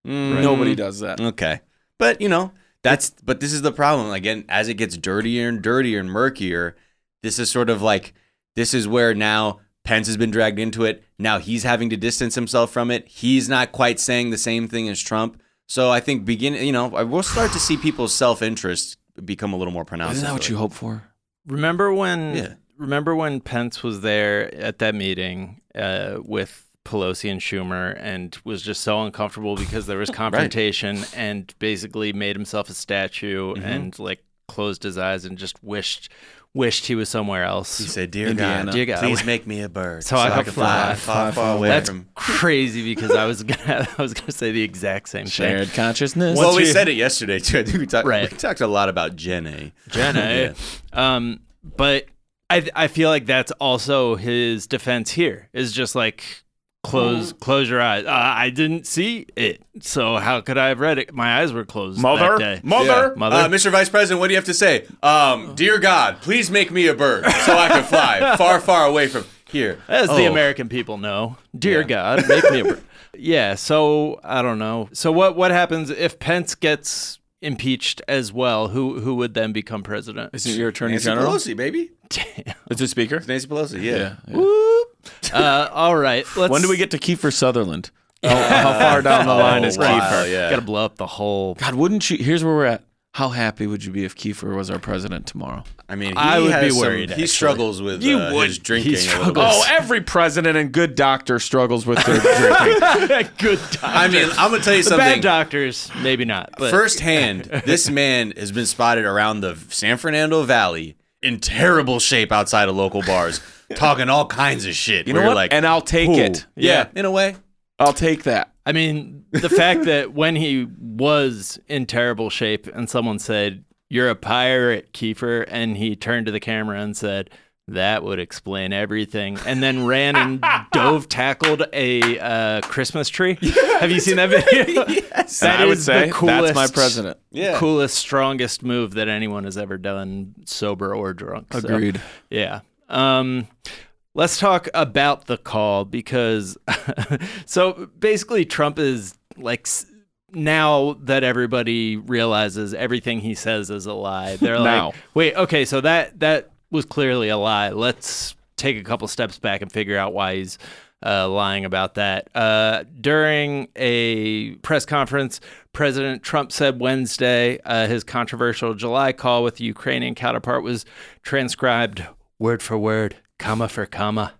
Speaker 3: Nobody does that.
Speaker 2: Okay. But you know, that's but this is the problem. Again, as it gets dirtier and dirtier and murkier, this is sort of like this is where now Pence has been dragged into it. Now he's having to distance himself from it. He's not quite saying the same thing as Trump. So I think begin you know, we'll start to see people's self interest become a little more pronounced.
Speaker 3: Isn't that
Speaker 2: I
Speaker 3: what
Speaker 2: feel
Speaker 3: you hope for?
Speaker 1: Remember when?
Speaker 2: Yeah.
Speaker 1: Remember when Pence was there at that meeting uh, with Pelosi and Schumer, and was just so uncomfortable because there was confrontation, and basically made himself a statue and like closed his eyes and just wished wished he was somewhere
Speaker 2: like? He
Speaker 1: else.
Speaker 2: said, Dear
Speaker 3: Indiana.
Speaker 2: God,
Speaker 1: Dear God,
Speaker 2: please make me a bird.
Speaker 1: So I can fly
Speaker 2: far, far away
Speaker 1: That's
Speaker 2: from
Speaker 1: crazy because I was gonna I was gonna say the exact same thing.
Speaker 3: consciousness.
Speaker 2: Well, we said it yesterday too. I think we talked
Speaker 1: Right.
Speaker 2: we talked a lot about Gen A.
Speaker 1: Jen, eh? Um, but I I feel like that's also his defense here is just like close close your eyes. Uh, I didn't see it, so how could I have read it? My eyes were closed. that
Speaker 3: Mother,
Speaker 1: day.
Speaker 3: mother.
Speaker 1: Mother.
Speaker 2: Uh, Mr. Vice President, what do you have to say? Um, dear God, please make me a bird so I can fly far, far away from here.
Speaker 1: As the
Speaker 2: Oh,
Speaker 1: American people know, dear God, make me a. br- yeah. So I don't know. So what what happens if Pence gets impeached as well? Who who would then become president?
Speaker 3: Is it your attorney
Speaker 2: Nancy
Speaker 3: general?
Speaker 2: Pelosi, baby.
Speaker 3: Is it speaker?
Speaker 2: Nancy Pelosi, yeah.
Speaker 1: Uh, all right. Let's,
Speaker 3: When do we get to Kiefer Sutherland? How, how far down the line is
Speaker 2: wow,
Speaker 3: Kiefer?
Speaker 2: yeah.
Speaker 1: Got to blow up the whole
Speaker 3: God, wouldn't you? Here's where we're at. How happy would you be if Kiefer was our president tomorrow?
Speaker 2: I mean, he
Speaker 1: I would
Speaker 2: has
Speaker 1: be
Speaker 2: some-
Speaker 1: worried,
Speaker 2: he
Speaker 1: actually.
Speaker 2: struggles with
Speaker 3: You
Speaker 2: uh,
Speaker 3: would.
Speaker 2: his drinking. A little bit.
Speaker 3: Oh, every president and good doctor struggles with their drinking.
Speaker 1: good time.
Speaker 2: I mean, I'm gonna tell you
Speaker 1: The bad
Speaker 2: something.
Speaker 1: doctors, maybe not. But
Speaker 2: Firsthand, this man has been spotted around the San Fernando Valley in terrible shape outside of local bars, talking all kinds of shit.
Speaker 3: You know
Speaker 2: where you're
Speaker 3: what?
Speaker 2: Like,
Speaker 3: and I'll take
Speaker 2: "Ooh."
Speaker 3: it.
Speaker 2: Yeah, in a way.
Speaker 3: I'll take that.
Speaker 1: I mean, the fact that when he was in terrible shape and someone said, You're a pirate, Kiefer, and he turned to the camera and said, that would explain everything. And then ran and dove tackled a uh, Christmas tree. Have you seen that video? yes.
Speaker 3: And I would say that's my president.
Speaker 2: Yeah.
Speaker 1: coolest, strongest move that anyone has ever done, sober or drunk. So,
Speaker 3: Agreed.
Speaker 1: yeah. Um, let's talk about the call because so basically Trump is like s- now that everybody realizes everything he says is a lie. They're
Speaker 3: Now.
Speaker 1: like, wait, okay, so that that was clearly a lie. Let's take a couple steps back and figure out why he's uh, lying about that. Uh, during a press conference, President Trump said Wednesday uh, his controversial July call with the Ukrainian counterpart was transcribed word for word, comma for comma.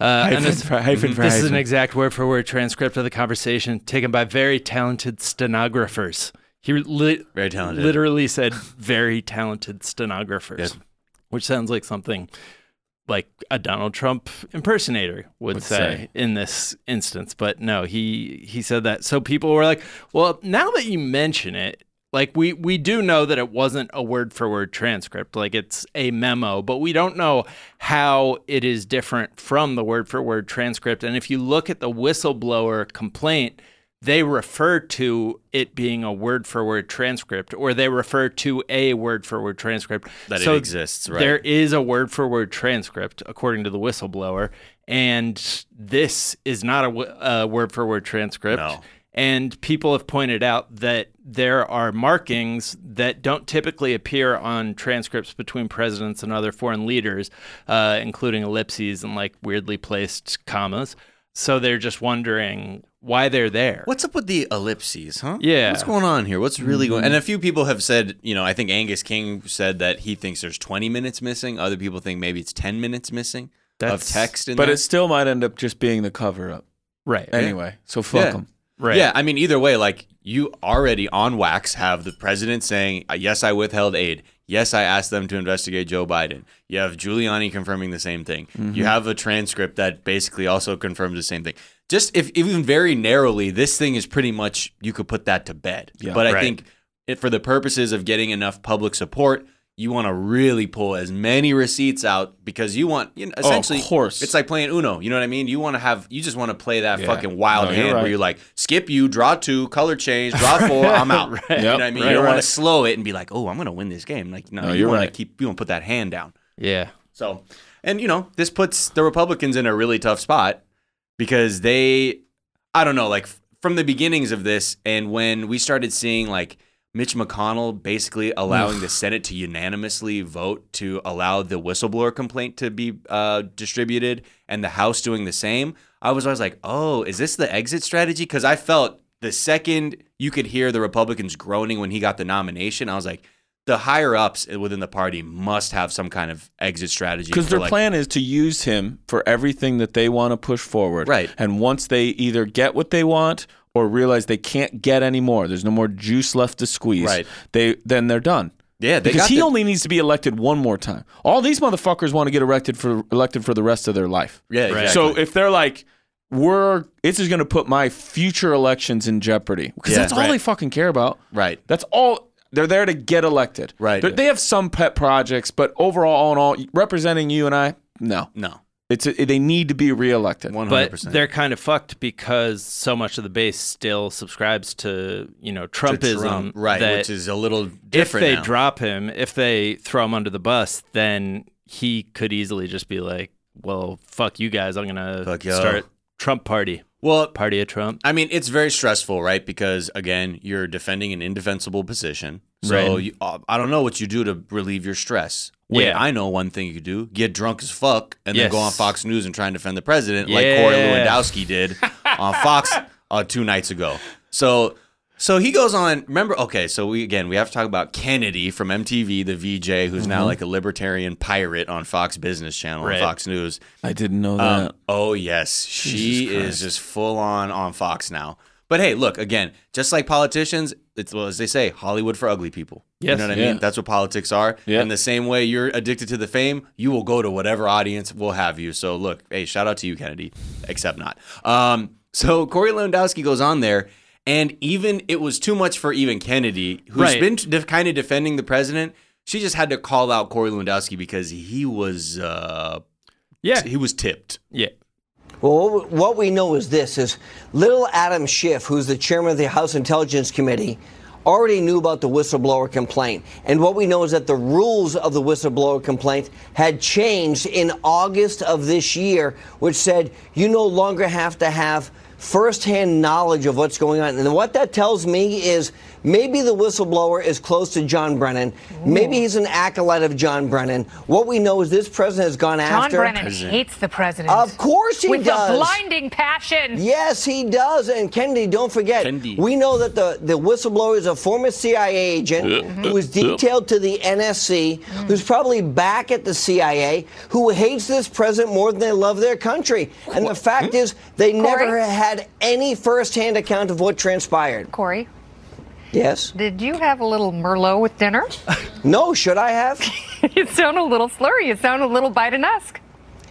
Speaker 1: Uh, and this, this is an exact word for word transcript of the conversation taken by very talented stenographers. He li-
Speaker 2: Very talented.
Speaker 1: literally said very talented stenographers, which sounds like something like a Donald Trump impersonator would, say, in this instance. But no, he he said that. So people were like, "Well, now that you mention it, like we we do know that it wasn't a word for word transcript. Like it's a memo, but we don't know how it is different from the word for word transcript. And if you look at the whistleblower complaint, they refer to it being a word for word transcript or they refer to a word for word transcript
Speaker 2: That it exists, right?
Speaker 1: there is a word for word transcript according to the whistleblower and this is not a w- a word for word transcript
Speaker 2: No.
Speaker 1: and people have pointed out that there are markings that don't typically appear on transcripts between presidents and other foreign leaders, uh, including ellipses and like weirdly placed commas. So they're just wondering why they're there.
Speaker 2: What's up with the ellipses, huh?
Speaker 1: Yeah.
Speaker 2: What's going on here? What's really going And a few people have said, you know, I think Angus King said that he thinks there's 20 minutes missing. Other people think maybe it's 10 minutes missing. of text in
Speaker 3: but
Speaker 2: there.
Speaker 3: it still might end up just being the cover up
Speaker 1: right.
Speaker 3: anyway. So fuck
Speaker 2: Yeah.
Speaker 3: them.
Speaker 1: Right.
Speaker 2: Yeah, I mean, either way, like you already on wax have the president saying, "Uh, "Yes, I withheld aid. Yes, I asked them to investigate Joe Biden." You have Giuliani confirming the same thing. You have a transcript that basically also confirms the same thing. Just if even very narrowly, this thing is pretty much you could put that to bed.
Speaker 3: Yeah.
Speaker 2: but I
Speaker 1: Right.
Speaker 2: think it, for the purposes of getting enough public support. You want to really pull as many receipts out because you want, you know, essentially,
Speaker 3: course.
Speaker 2: it's like playing Uno. You know what I mean? You want to have, you just want to play that
Speaker 3: Yeah.
Speaker 2: fucking wild
Speaker 3: No, you're
Speaker 2: hand where
Speaker 3: right.
Speaker 2: you're like, skip you, draw two, color change, draw four, I'm out. You know what I
Speaker 3: Yep,
Speaker 2: mean?
Speaker 3: right,
Speaker 2: you don't want to
Speaker 3: right.
Speaker 2: slow it and be like, oh, I'm going to win this game. Like, no,
Speaker 3: No,
Speaker 2: you
Speaker 3: you're
Speaker 2: want to
Speaker 3: right.
Speaker 2: keep, you want to put that hand down.
Speaker 1: Yeah.
Speaker 2: So, and you know, this puts the Republicans in a really tough spot because they, I don't know, like f- from the beginnings of this and when we started seeing like Mitch McConnell basically allowing the Senate to unanimously vote to allow the whistleblower complaint to be uh, distributed and the House doing the same, I was always like, oh, is this the exit strategy? Because I felt the second you could hear the Republicans groaning when he got the nomination, I was like, the higher ups within the party must have some kind of exit strategy
Speaker 3: Because
Speaker 2: for,
Speaker 3: their
Speaker 2: like-
Speaker 3: plan is to use him for everything that they want to push forward.
Speaker 2: Right.
Speaker 3: And once they either get what they want or realize they can't get any more, there's no more juice left to squeeze.
Speaker 2: Right.
Speaker 3: They then they're done.
Speaker 2: Yeah, they
Speaker 3: because
Speaker 2: got
Speaker 3: he
Speaker 2: the-
Speaker 3: only needs to be elected one more time. All these motherfuckers want to get elected for elected for the rest of their life.
Speaker 2: Yeah,
Speaker 1: Right.
Speaker 2: exactly.
Speaker 3: So if they're like, we're this is going to put my future elections in jeopardy because
Speaker 2: Yeah.
Speaker 3: that's all
Speaker 2: Right.
Speaker 3: they fucking care about.
Speaker 2: Right.
Speaker 3: That's all they're there to get elected.
Speaker 2: Right.
Speaker 3: They're- they have some pet projects, but overall, all in all, representing you and I, no,
Speaker 2: no,
Speaker 3: it's they need to be reelected.
Speaker 2: one hundred
Speaker 1: But
Speaker 2: percent.
Speaker 1: they're kind of fucked because so much of the base still subscribes to, you know, Trumpism.
Speaker 2: right?
Speaker 1: um, that
Speaker 2: Which is a little
Speaker 1: if
Speaker 2: different.
Speaker 1: they
Speaker 2: now.
Speaker 1: drop him, if they throw him under the bus, then he could easily just be like, well, fuck you guys. I'm going
Speaker 2: Fuck
Speaker 1: to
Speaker 2: yo.
Speaker 1: start Trump party.
Speaker 2: well,
Speaker 1: Party of Trump.
Speaker 2: I mean, it's very stressful, right? Because again, you're defending an indefensible position. So
Speaker 1: Right.
Speaker 2: you, uh, I don't know what you do to relieve your stress. Wait,
Speaker 1: Yeah.
Speaker 2: I know one thing you could do: get drunk as fuck and then go on
Speaker 1: Yes.
Speaker 2: Fox News and try and defend the president, like Corey
Speaker 1: Yeah.
Speaker 2: Lewandowski did on Fox uh, two nights ago. So, so he goes on. Remember? Okay, so we again we have to talk about Kennedy from MTV, the VJ, who's now like a libertarian pirate on Fox Business Channel,
Speaker 1: Mm-hmm. Right.
Speaker 2: and Fox News.
Speaker 3: I didn't know that.
Speaker 2: Um, oh yes, she is just full on on Fox now. But hey, look again. Just like politicians, it's well as they say, Hollywood for ugly people. You
Speaker 1: Yes.
Speaker 2: know what I
Speaker 3: Yeah.
Speaker 2: mean? That's what politics are.
Speaker 3: Yeah.
Speaker 2: And the same way you're addicted to the fame, you will go to whatever audience will have you. So look, hey, shout out to you, Kennedy. Except not. Um, so Corey Lewandowski goes on there, and even it was too much for even Kennedy, who's
Speaker 1: Right.
Speaker 2: been t- def- kind of defending the president. She just had to call out Corey Lewandowski because he was uh,
Speaker 1: Yeah.
Speaker 2: he was tipped.
Speaker 1: Yeah.
Speaker 4: Well, what we know is this is little Adam Schiff, who's the chairman of the House Intelligence Committee, already knew about the whistleblower complaint. And what we know is that the rules of the whistleblower complaint had changed in August of this year, which said you no longer have to have firsthand knowledge of what's going on. And what that tells me is maybe the whistleblower is close to John Brennan. Maybe he's an acolyte of John Brennan. What we know is this president has gone
Speaker 5: John
Speaker 4: after
Speaker 5: Brennan hates the president.
Speaker 4: Of course he
Speaker 5: With
Speaker 4: does.
Speaker 5: a blinding passion.
Speaker 4: Yes, he does. And Kennedy, don't forget,
Speaker 2: Kennedy.
Speaker 4: we know that the, the whistleblower is a former CIA agent who was detailed to the NSC, who's probably back at the CIA, who hates this president more than they love their country. And the fact is, they never
Speaker 5: Corey?
Speaker 4: had any firsthand account of what transpired.
Speaker 5: Corey,
Speaker 4: Yes?
Speaker 5: did you have a little Merlot with dinner?
Speaker 4: No, should I have?
Speaker 5: you sound a little slurry. You sound a little Biden-esque.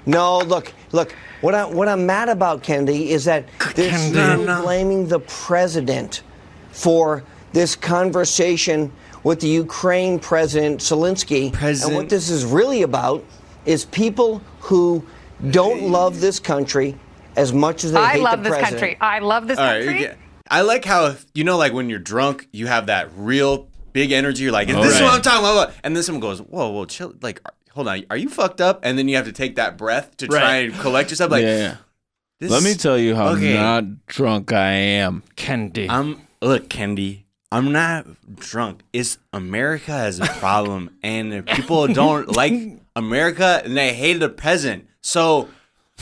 Speaker 4: No, look, look. What I what I'm mad about, Kennedy, is that they're still blaming the president for this conversation with the Ukraine president Zelensky. And
Speaker 2: President-
Speaker 4: what this is really about is people who don't love this country as much as they
Speaker 5: I
Speaker 4: hate
Speaker 5: love
Speaker 4: the
Speaker 5: this
Speaker 4: president.
Speaker 5: country. I love this
Speaker 2: All right.
Speaker 5: country.
Speaker 2: yeah. I like how you know, like when you're drunk, you have that real big energy. You're like, "Is this is
Speaker 1: right.
Speaker 2: what I'm talking about?" And then someone goes, "Whoa, whoa, chill. Like, are- hold on, are you fucked up?" And then you have to take that breath to try
Speaker 1: Right.
Speaker 2: and collect yourself. Like,
Speaker 3: yeah.
Speaker 2: this,
Speaker 3: Let me tell you how
Speaker 2: okay.
Speaker 3: not drunk I am.
Speaker 1: Kennedy.
Speaker 2: I'm look, Kendi. I'm not drunk. It's America has a problem, and if people don't like America and they hate the president. So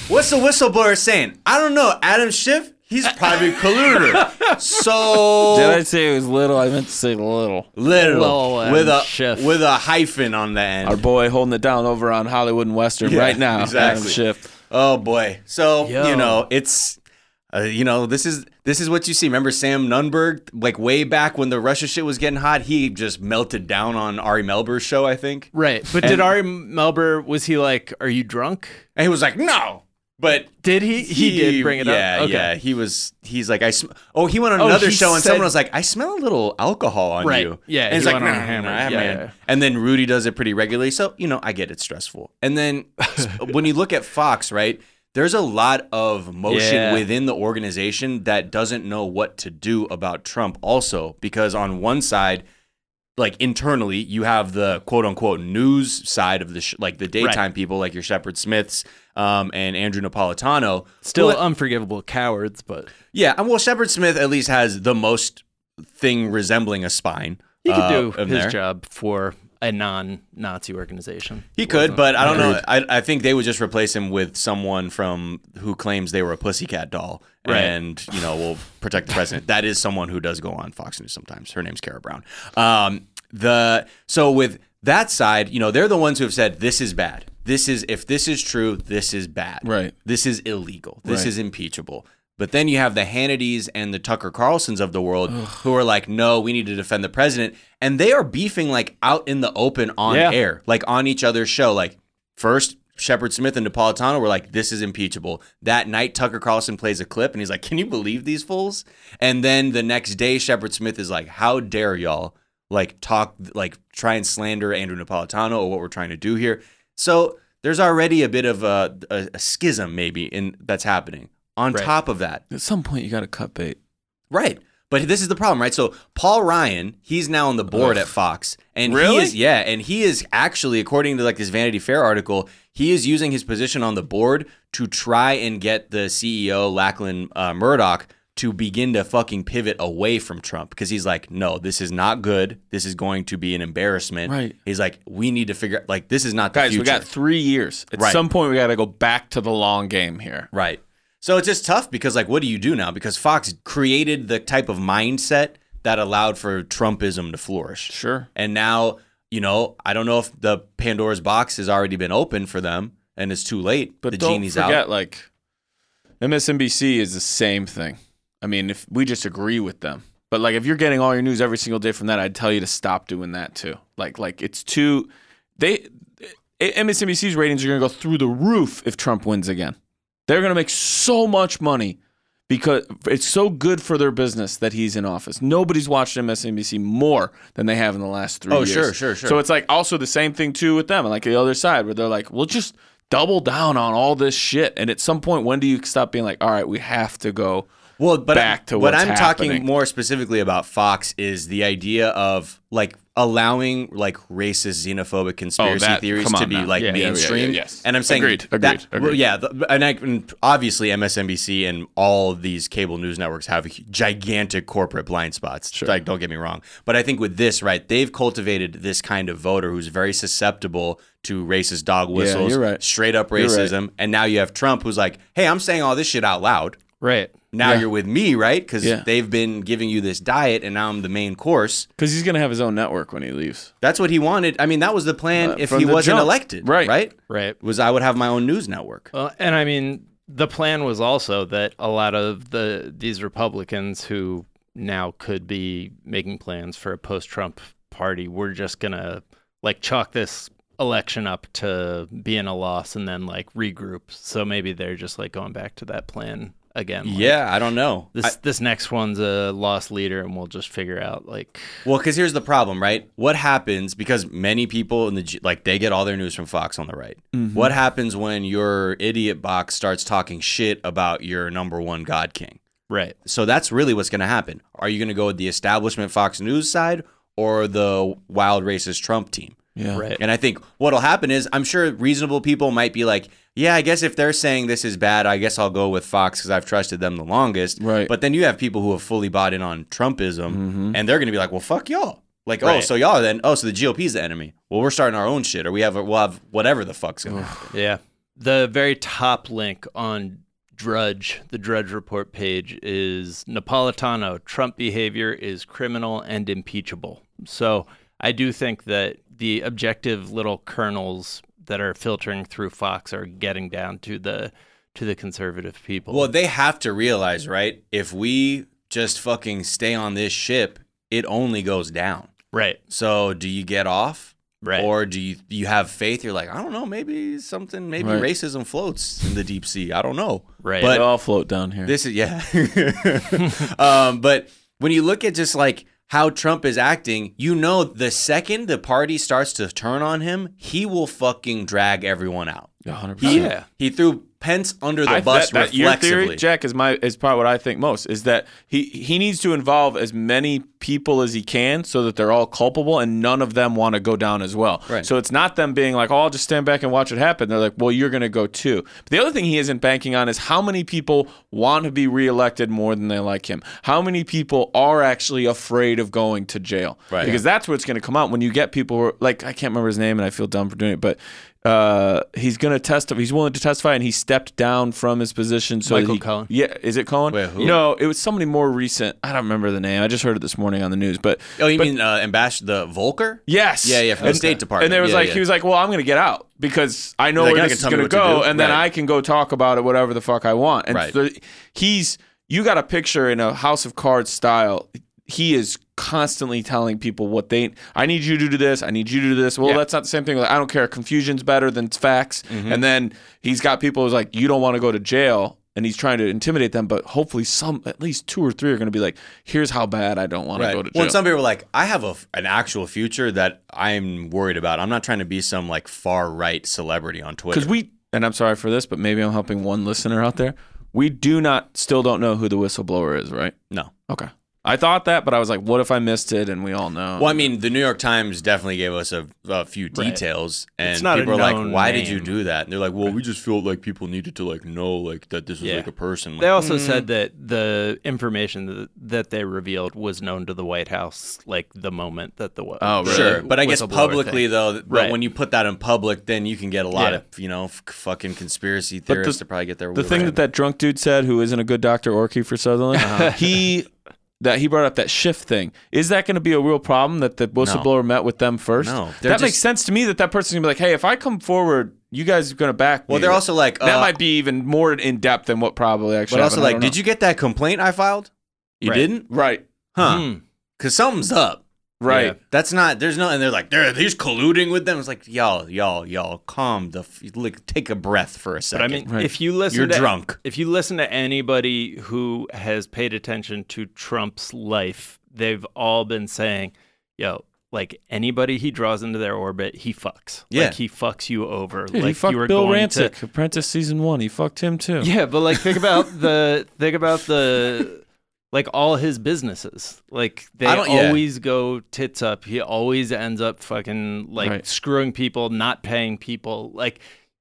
Speaker 2: What's the whistleblower saying? I don't know. Adam Schiff, he's a private colluder. So
Speaker 3: Did I say it was little? I meant to say little.
Speaker 2: little
Speaker 1: Lil Adam
Speaker 2: with a
Speaker 1: Schiff.
Speaker 2: with a hyphen on the end.
Speaker 3: Our boy holding it down over on Hollywood and Western
Speaker 2: Yeah,
Speaker 3: right now.
Speaker 2: exactly.
Speaker 3: Adam Schiff.
Speaker 2: Oh boy. So
Speaker 1: Yo.
Speaker 2: you know it's. Uh, you know this is this is what you see. Remember Sam Nunberg, like way back when the Russia shit was getting hot, he just melted down on Ari Melber's show, I think.
Speaker 1: Right. But did Ari Melber, was he like, are you drunk?
Speaker 2: And he was like, "No," but
Speaker 1: Did he? He, did bring it
Speaker 2: yeah,
Speaker 1: up. Okay.
Speaker 2: Yeah, He was. He's like, I. Sm-. Oh, he went on
Speaker 1: Oh,
Speaker 2: another
Speaker 1: he
Speaker 2: show and
Speaker 1: said-
Speaker 2: someone was like, I smell a little alcohol on
Speaker 1: Right.
Speaker 2: you.
Speaker 1: Yeah,
Speaker 2: and he's
Speaker 1: he
Speaker 2: like,
Speaker 1: went on
Speaker 2: "Nah,
Speaker 1: a hammer.
Speaker 2: nah,
Speaker 1: Yeah,
Speaker 2: man."
Speaker 1: yeah.
Speaker 2: And then Rudy does it pretty regularly, so you know, I get it's stressful. And then when you look at Fox, right? There's a lot of motion
Speaker 1: Yeah.
Speaker 2: within the organization that doesn't know what to do about Trump, also, because on one side, like internally you have the quote unquote news side of the sh- like the daytime people like your Shepard Smiths um, and Andrew Napolitano
Speaker 1: Still
Speaker 2: Well,
Speaker 1: unforgivable cowards, but
Speaker 2: yeah and well Shepard Smith at least has the most thing resembling a spine
Speaker 1: he could
Speaker 2: uh,
Speaker 1: do
Speaker 2: in
Speaker 1: his
Speaker 2: there.
Speaker 1: job for a non Nazi organization.
Speaker 2: he could but I don't know I, I think they would just replace him with someone from who claims they were a pussycat doll
Speaker 1: Right.
Speaker 2: and you know will protect the president that is someone who does go on Fox News sometimes her name's Kara Brown um, the so with that side you know they're the ones who have said this is bad this is if this is true this is bad
Speaker 3: Right.
Speaker 2: this is illegal. This
Speaker 3: Right.
Speaker 2: is impeachable. But then you have the Hannitys and the Tucker Carlsons of the world who are like, no, we need to defend the president. And they are beefing like out in the open on
Speaker 1: Yeah.
Speaker 2: air, like on each other's show. Like, first, Shepard Smith and Napolitano were like, this is impeachable. That night, Tucker Carlson plays a clip and he's like, can you believe these fools? And then the next day, Shepard Smith is like, how dare y'all like talk, like try and slander Andrew Napolitano or what we're trying to do here. So there's already a bit of a, a, a schism maybe in that's happening. On
Speaker 1: Right.
Speaker 2: top of that,
Speaker 3: At some point, you got to cut bait.
Speaker 2: right? But this is the problem, right? So Paul Ryan, he's now on the board at Fox, and he
Speaker 3: Really?
Speaker 2: is yeah, and he is actually, according to like this Vanity Fair article, he is using his position on the board to try and get the CEO Lachlan uh, Murdoch to begin to fucking pivot away from Trump because he's like, no, this is not good. This is going to be an embarrassment.
Speaker 3: Right.
Speaker 2: He's like, we need to figure like this is not the
Speaker 3: Guys,
Speaker 2: future.
Speaker 3: we got three years. At
Speaker 2: Right.
Speaker 3: some point, we got to go back to the long game here.
Speaker 2: Right. So it's just tough because, like, what do you do now? Because Fox created the type of mindset that allowed for Trumpism to flourish.
Speaker 3: Sure.
Speaker 2: And now, you know, I don't know if the Pandora's box has already been opened for them and it's too late.
Speaker 3: But
Speaker 2: the
Speaker 3: don't
Speaker 2: genie's
Speaker 3: forget,
Speaker 2: out.
Speaker 3: like MSNBC is the same thing. I mean, if we just agree with them, but like if you're getting all your news every single day from that, I'd tell you to stop doing that too. Like, like it's too they eh, MSNBC's ratings are going to go through the roof if Trump wins again. They're going to make so much money because it's so good for their business that he's in office. Nobody's watched MSNBC more than they have in the last three
Speaker 2: Oh,
Speaker 3: years.
Speaker 2: sure, sure, sure.
Speaker 3: So it's like also the same thing too with them, like the other side where they're like, we'll just double down on all this shit. And at some point, when do you stop being like, all right, we have to go?
Speaker 2: Well, but
Speaker 3: back to
Speaker 2: what
Speaker 3: what's
Speaker 2: I'm talking
Speaker 3: happening.
Speaker 2: more specifically about Fox is the idea of like allowing like racist, xenophobic conspiracy
Speaker 3: that-
Speaker 2: theories
Speaker 3: come
Speaker 2: to
Speaker 3: on
Speaker 2: be
Speaker 3: now.
Speaker 2: like
Speaker 3: Yeah, yeah, yeah, yeah,
Speaker 2: mainstream.
Speaker 3: yes.
Speaker 2: And I'm saying
Speaker 3: Agreed,
Speaker 2: that-
Speaker 3: agreed, agreed.
Speaker 2: well, yeah, the, and, I, and obviously MSNBC and all these cable news networks have gigantic corporate blind spots. Like, don't get me wrong, but I think with this, right, they've cultivated this kind of voter who's very susceptible to racist dog whistles,
Speaker 3: you're right.
Speaker 2: straight up
Speaker 3: You're right.
Speaker 2: racism, and now you have Trump who's like, "Hey, I'm saying all this shit out loud."
Speaker 1: Right.
Speaker 2: now you're with me, right? Because
Speaker 3: Yeah.
Speaker 2: they've been giving you this diet, and now I'm the main course.
Speaker 3: Because he's going to have his own network when he leaves.
Speaker 2: That's what he wanted. I mean, that was the plan if
Speaker 3: Uh, from
Speaker 2: he
Speaker 3: the
Speaker 2: wasn't
Speaker 3: jump.
Speaker 2: elected,
Speaker 3: Right.
Speaker 2: Right?
Speaker 1: Right.
Speaker 2: Was I would have my own news network.
Speaker 1: Well, and I mean, the plan was also that a lot of the these Republicans who now could be making plans for a post-Trump party were just gonna like chalk this election up to being a loss and then like regroup. So maybe they're just like going back to that plan again. like,
Speaker 2: yeah, I don't know.
Speaker 1: This this next one's a lost leader, and we'll just figure out like
Speaker 2: Well, because here's the problem, right? What happens because many people in the G- like they get all their news from Fox on the right.
Speaker 3: Mm-hmm.
Speaker 2: What happens when your idiot box starts talking shit about your number one god king?
Speaker 1: right.
Speaker 2: So that's really what's going to happen. Are you going to go with the establishment Fox News side or the wild racist Trump team?
Speaker 3: Yeah.
Speaker 1: Right.
Speaker 2: And I think what'll happen is I'm sure reasonable people might be like, yeah, I guess if they're saying this is bad, I guess I'll go with Fox because I've trusted them the longest.
Speaker 3: Right. Mm-hmm.
Speaker 2: But then you have people who have fully bought in on Trumpism and they're going to be like, well, fuck y'all. Like, oh,
Speaker 1: Right.
Speaker 2: so y'all then, oh, so the GOP's the enemy. Well, we're starting our own shit or we have, we'll have whatever the fuck's going to happen.
Speaker 1: Yeah. the very top link on Drudge, the Drudge Report page, is Napolitano. Trump behavior is criminal and impeachable. So I do think that the objective little kernels that are filtering through Fox are getting down to the to the conservative people.
Speaker 2: Well, they have to realize, right? If we just fucking stay on this ship, it only goes down.
Speaker 1: right,
Speaker 2: So, do you get off?
Speaker 1: Right.
Speaker 2: Or do you you have faith? You're like, I don't know, maybe something, maybe
Speaker 3: Right. Oh.
Speaker 2: racism floats in the deep sea. I don't know.
Speaker 1: Right.
Speaker 3: They
Speaker 2: But
Speaker 3: all float down here.
Speaker 2: This is yeah. um, but when you look at just like how Trump is acting, you know the second the party starts to turn on him, he will fucking drag everyone out.
Speaker 3: 100%.
Speaker 2: He,
Speaker 1: Yeah.
Speaker 2: he threw Pence under the
Speaker 3: I-
Speaker 2: bus
Speaker 3: that- that- your
Speaker 2: reflexively.
Speaker 3: theory, Jack, is my is probably what I think most is that he he needs to involve as many people as he can so that they're all culpable and none of them want to go down as well.
Speaker 2: Right.
Speaker 3: So it's not them being like, "Oh, I'll just stand back and watch it happen." They're like, "Well, you're going to go too." But the other thing he isn't banking on is how many people want to be reelected more than they like him. How many people are actually afraid of going to jail?
Speaker 2: Right.
Speaker 3: Because that's what's going to come out when you get people who are, like I can't remember his name and I feel dumb for doing it, but uh, he's going to testify. He's willing to testify, and he stepped down from his position. So that
Speaker 1: Michael
Speaker 3: he-
Speaker 1: Cohen.
Speaker 3: Yeah, is it Cohen?
Speaker 2: Wait, who?
Speaker 3: No, it was somebody more recent. I don't remember the name. I just heard it this morning on the news, but
Speaker 2: oh, you
Speaker 3: but-
Speaker 2: mean uh, ambassador the Volker?
Speaker 3: Yes.
Speaker 2: Yeah, yeah, from the
Speaker 3: And- uh,
Speaker 2: State Department.
Speaker 3: And there was
Speaker 2: Yeah,
Speaker 3: like
Speaker 2: yeah.
Speaker 3: he was like, "Well, I'm going to get out because I know
Speaker 2: Like,
Speaker 3: where
Speaker 2: I
Speaker 3: this is
Speaker 2: can tell
Speaker 3: going
Speaker 2: me
Speaker 3: to
Speaker 2: what to
Speaker 3: go,
Speaker 2: do.
Speaker 3: and then
Speaker 2: Right.
Speaker 3: I can go talk about it whatever the fuck I want." And
Speaker 2: Right.
Speaker 3: so he's you got a picture in a House of Cards style. He is constantly telling people what they I need you to do this, I need you to do this. Well, that's not the same thing. Like, I don't care. Confusion's better than facts.
Speaker 2: Mm-hmm.
Speaker 3: And then he's got people who's like, "You don't want to go to jail." And he's trying to intimidate them, but hopefully, some at least two or three are going to be like, "Here's how bad I don't want to go to jail."
Speaker 2: When some people are like, I have a, f- an actual future that I'm worried about. I'm not trying to be some like far right celebrity on Twitter.
Speaker 3: because we and I'm sorry for this, but maybe I'm helping one listener out there. We do not still don't know who the whistleblower is, right?
Speaker 2: no.
Speaker 3: Okay. I thought that, but I was like, what if I missed it? And we all know.
Speaker 2: Well, I mean, the New York Times definitely gave us a, a few details, and
Speaker 1: It's not a
Speaker 2: people are like,
Speaker 1: known
Speaker 2: "Why did you
Speaker 1: name.
Speaker 2: do that?" And they're like, "Well, we just felt like people needed to like know like that this was
Speaker 1: Yeah.
Speaker 2: like a person."
Speaker 1: They also said that the information that, that they revealed was known to the White House like the moment that the
Speaker 3: Oh, really?
Speaker 2: sure, but I guess
Speaker 1: whistleblower
Speaker 2: publicly
Speaker 1: thing.
Speaker 2: though, but
Speaker 1: Right.
Speaker 2: when you put that in public, then you can get a lot
Speaker 1: Yeah.
Speaker 2: of you know f- fucking conspiracy
Speaker 3: But
Speaker 2: theorists to probably get their
Speaker 3: the
Speaker 2: wheels
Speaker 3: thing
Speaker 2: around
Speaker 3: that that drunk dude said, who isn't a good doctor or for Sutherland,
Speaker 2: Uh-huh.
Speaker 3: he that he brought up that shift thing. Is that going to be a real problem that the whistleblower met with them first?
Speaker 2: No.
Speaker 3: that
Speaker 2: They're
Speaker 3: makes
Speaker 2: just-
Speaker 3: sense to me. That that person's gonna be like, hey, if I come forward, you guys are gonna back me.
Speaker 2: Well, they're also like,
Speaker 3: that
Speaker 2: uh,
Speaker 3: might be even more in depth than what probably actually.
Speaker 2: But also,
Speaker 3: happened. I
Speaker 2: like,
Speaker 3: don't
Speaker 2: did
Speaker 3: know.
Speaker 2: you get that complaint I filed? You
Speaker 1: Right.
Speaker 2: didn't,
Speaker 3: Right,
Speaker 1: Hmm.
Speaker 2: huh? Because something's up.
Speaker 3: right.
Speaker 1: Yeah.
Speaker 2: That's not. There's no. And they're like, they're he's colluding with them. It's like, y'all, y'all, y'all, calm the. F- like, take a breath for a
Speaker 1: But I
Speaker 2: second.
Speaker 1: mean, if you listen,
Speaker 2: You're
Speaker 1: to,
Speaker 2: drunk.
Speaker 1: If you listen to anybody who has paid attention to Trump's life, they've all been saying, "Yo, like anybody he draws into their orbit, he fucks.
Speaker 2: Yeah.
Speaker 1: like, he fucks you over.
Speaker 3: Dude,
Speaker 1: like
Speaker 3: he fucked
Speaker 1: you were
Speaker 3: Bill
Speaker 1: going to-
Speaker 3: Rancic, Apprentice season one. He fucked him too.
Speaker 1: Yeah, but like think about the think about the like all his businesses. Like they
Speaker 2: I don't- yeah.
Speaker 1: always go tits up. He always ends up fucking like
Speaker 3: Right.
Speaker 1: screwing people, not paying people. Like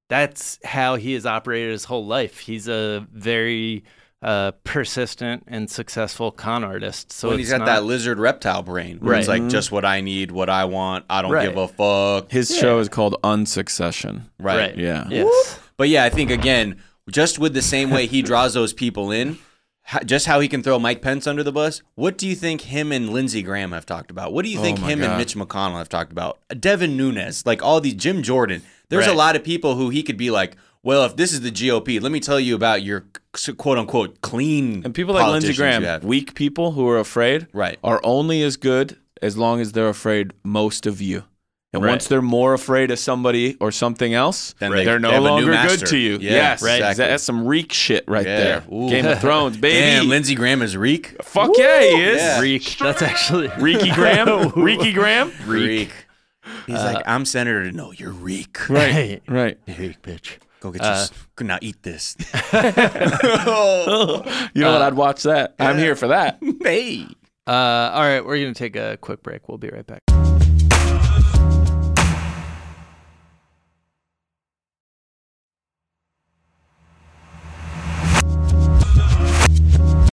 Speaker 1: that's how he has operated his whole life. He's a very uh, persistent and successful con artist. So
Speaker 2: when
Speaker 1: it's
Speaker 2: he's got
Speaker 1: not,
Speaker 2: that lizard reptile brain, where it's
Speaker 1: Right.
Speaker 2: like just what I need, what I want. I don't
Speaker 1: Right.
Speaker 2: give a fuck.
Speaker 3: His show is called Unsuccession.
Speaker 2: Right.
Speaker 1: right.
Speaker 3: Yeah.
Speaker 1: Yes.
Speaker 2: But yeah, I think again, just with the same way he draws those people in, ho- just how he can throw Mike Pence under the bus. What do you think him and Lindsey Graham have talked about? What do you think
Speaker 3: Oh my
Speaker 2: him
Speaker 3: God.
Speaker 2: and Mitch McConnell have talked about? Devin Nunes, like all these Jim Jordan. There's a
Speaker 1: Right.
Speaker 2: lot of people who he could be like, well, if this is the GOP, let me tell you about your quote unquote clean
Speaker 3: And people like Lindsey
Speaker 2: politicians you
Speaker 3: Graham,
Speaker 2: have."
Speaker 3: weak people who are afraid,
Speaker 2: Right.
Speaker 3: are only as good as long as they're afraid most of you. And
Speaker 1: Right.
Speaker 3: once they're more afraid of somebody or something else,
Speaker 2: Then they-
Speaker 3: they, are
Speaker 2: they
Speaker 3: no
Speaker 2: have a new
Speaker 3: longer good
Speaker 2: master.
Speaker 3: to you.
Speaker 2: Yeah,
Speaker 3: yes,
Speaker 2: right.
Speaker 3: exactly. That's some reek shit right
Speaker 2: Yeah.
Speaker 3: there.
Speaker 2: Ooh.
Speaker 3: Game of Thrones, baby.
Speaker 2: Damn, Lindsey Graham is reek.
Speaker 3: Fuck yeah, he is.
Speaker 2: Yeah.
Speaker 1: Reek. That's actually
Speaker 3: Reeky Graham. Reeky Graham.
Speaker 2: Reek. He's like, I'm senator. No, you're reek.
Speaker 1: Right.
Speaker 3: Uh, Right. Uh,
Speaker 1: Reek, bitch.
Speaker 2: Go get your. s- Go now eat this.
Speaker 3: You
Speaker 2: Uh,
Speaker 3: know what? I'd watch that. I'm here for that.
Speaker 2: hey.
Speaker 1: Uh, all right, we're gonna take a quick break. We'll be right back.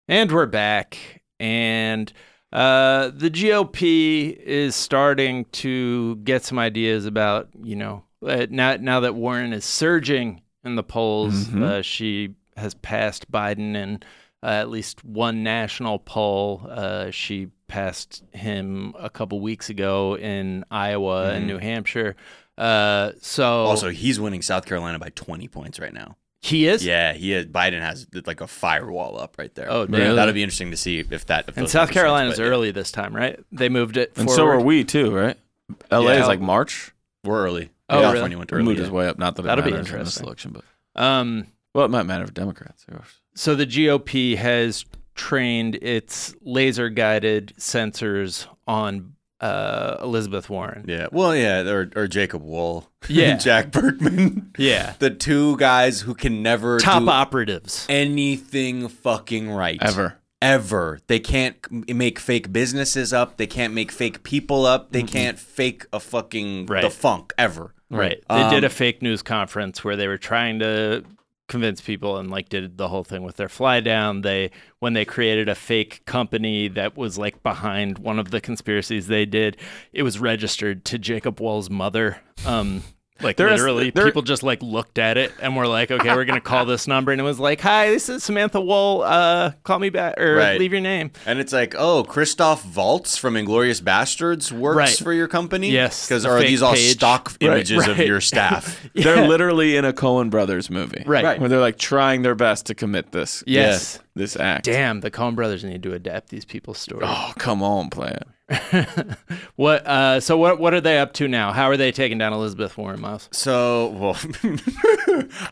Speaker 1: And we're back. And uh, the GOP is starting to get some ideas about, you know, uh, now now that Warren is surging in the polls. Uh, she has passed Biden in uh, at least one national poll. Uh, she passed him a couple weeks ago in Iowa and New Hampshire. Uh, so
Speaker 2: Mm-hmm. Also, he's winning South Carolina by 20 points right now.
Speaker 1: he is.
Speaker 2: Yeah, he is, Biden has like a firewall up right there.
Speaker 1: Oh, damn.
Speaker 2: that'll be interesting to see if that. If
Speaker 1: And
Speaker 2: those
Speaker 1: South
Speaker 2: numbers-
Speaker 1: Carolina's
Speaker 2: but, yeah,
Speaker 1: early this time, right? They moved it.
Speaker 3: And
Speaker 1: forward.
Speaker 3: so are we too, right? LA
Speaker 2: Yeah.
Speaker 3: is like March.
Speaker 2: We're early.
Speaker 1: Oh,
Speaker 2: California
Speaker 1: really?
Speaker 2: went
Speaker 3: Early,
Speaker 2: early.
Speaker 3: moved
Speaker 2: yeah.
Speaker 3: his way up. Not that it
Speaker 1: That'll be
Speaker 3: matters in this
Speaker 1: interesting.
Speaker 3: election, but
Speaker 1: Um,
Speaker 3: well, it might matter for Democrats. of course.
Speaker 1: so the GOP has trained its laser-guided sensors on uh, Elizabeth Warren.
Speaker 2: Yeah. Well, yeah, or, or Jacob Wool.
Speaker 1: Yeah.
Speaker 2: Jack Bergman.
Speaker 1: Yeah.
Speaker 2: The two guys who can never
Speaker 1: Top
Speaker 2: do
Speaker 1: operatives.
Speaker 2: anything fucking right.
Speaker 3: Ever.
Speaker 2: Ever. They can't c- make fake businesses up. They can't make fake people up. They can't fake a fucking
Speaker 1: Right.
Speaker 2: the funk ever.
Speaker 1: Right. They did a fake news conference where they were trying to convince people and like did the whole thing with their fly down. They when they created a fake company that was like behind one of the conspiracies they did, it was registered to Jacob Wall's mother. Um like
Speaker 3: There is-
Speaker 1: literally
Speaker 3: there-
Speaker 1: people just like looked at it and were like, okay, we're gonna call this number and it was like, Hi, this is Samantha Wall, uh call me back or
Speaker 2: Right.
Speaker 1: leave your name.
Speaker 2: And it's like, oh, Christoph Waltz from Inglorious Bastards works
Speaker 1: Right.
Speaker 2: for your company?
Speaker 1: Yes,
Speaker 2: Because
Speaker 1: the
Speaker 2: are
Speaker 1: fake
Speaker 2: these all
Speaker 1: page.
Speaker 2: stock images of
Speaker 1: right.
Speaker 2: your staff?
Speaker 3: They're literally in a Cohen Brothers movie,
Speaker 1: Right. Right.
Speaker 3: Where they're like trying their best to commit this,
Speaker 1: Yes.
Speaker 3: this act.
Speaker 1: Damn, the Coen brothers need to adapt these people's stories.
Speaker 3: Oh, come on, plan.
Speaker 1: What uh so what what are they up to now? How are they taking down Elizabeth Warren Miles?
Speaker 2: So, well,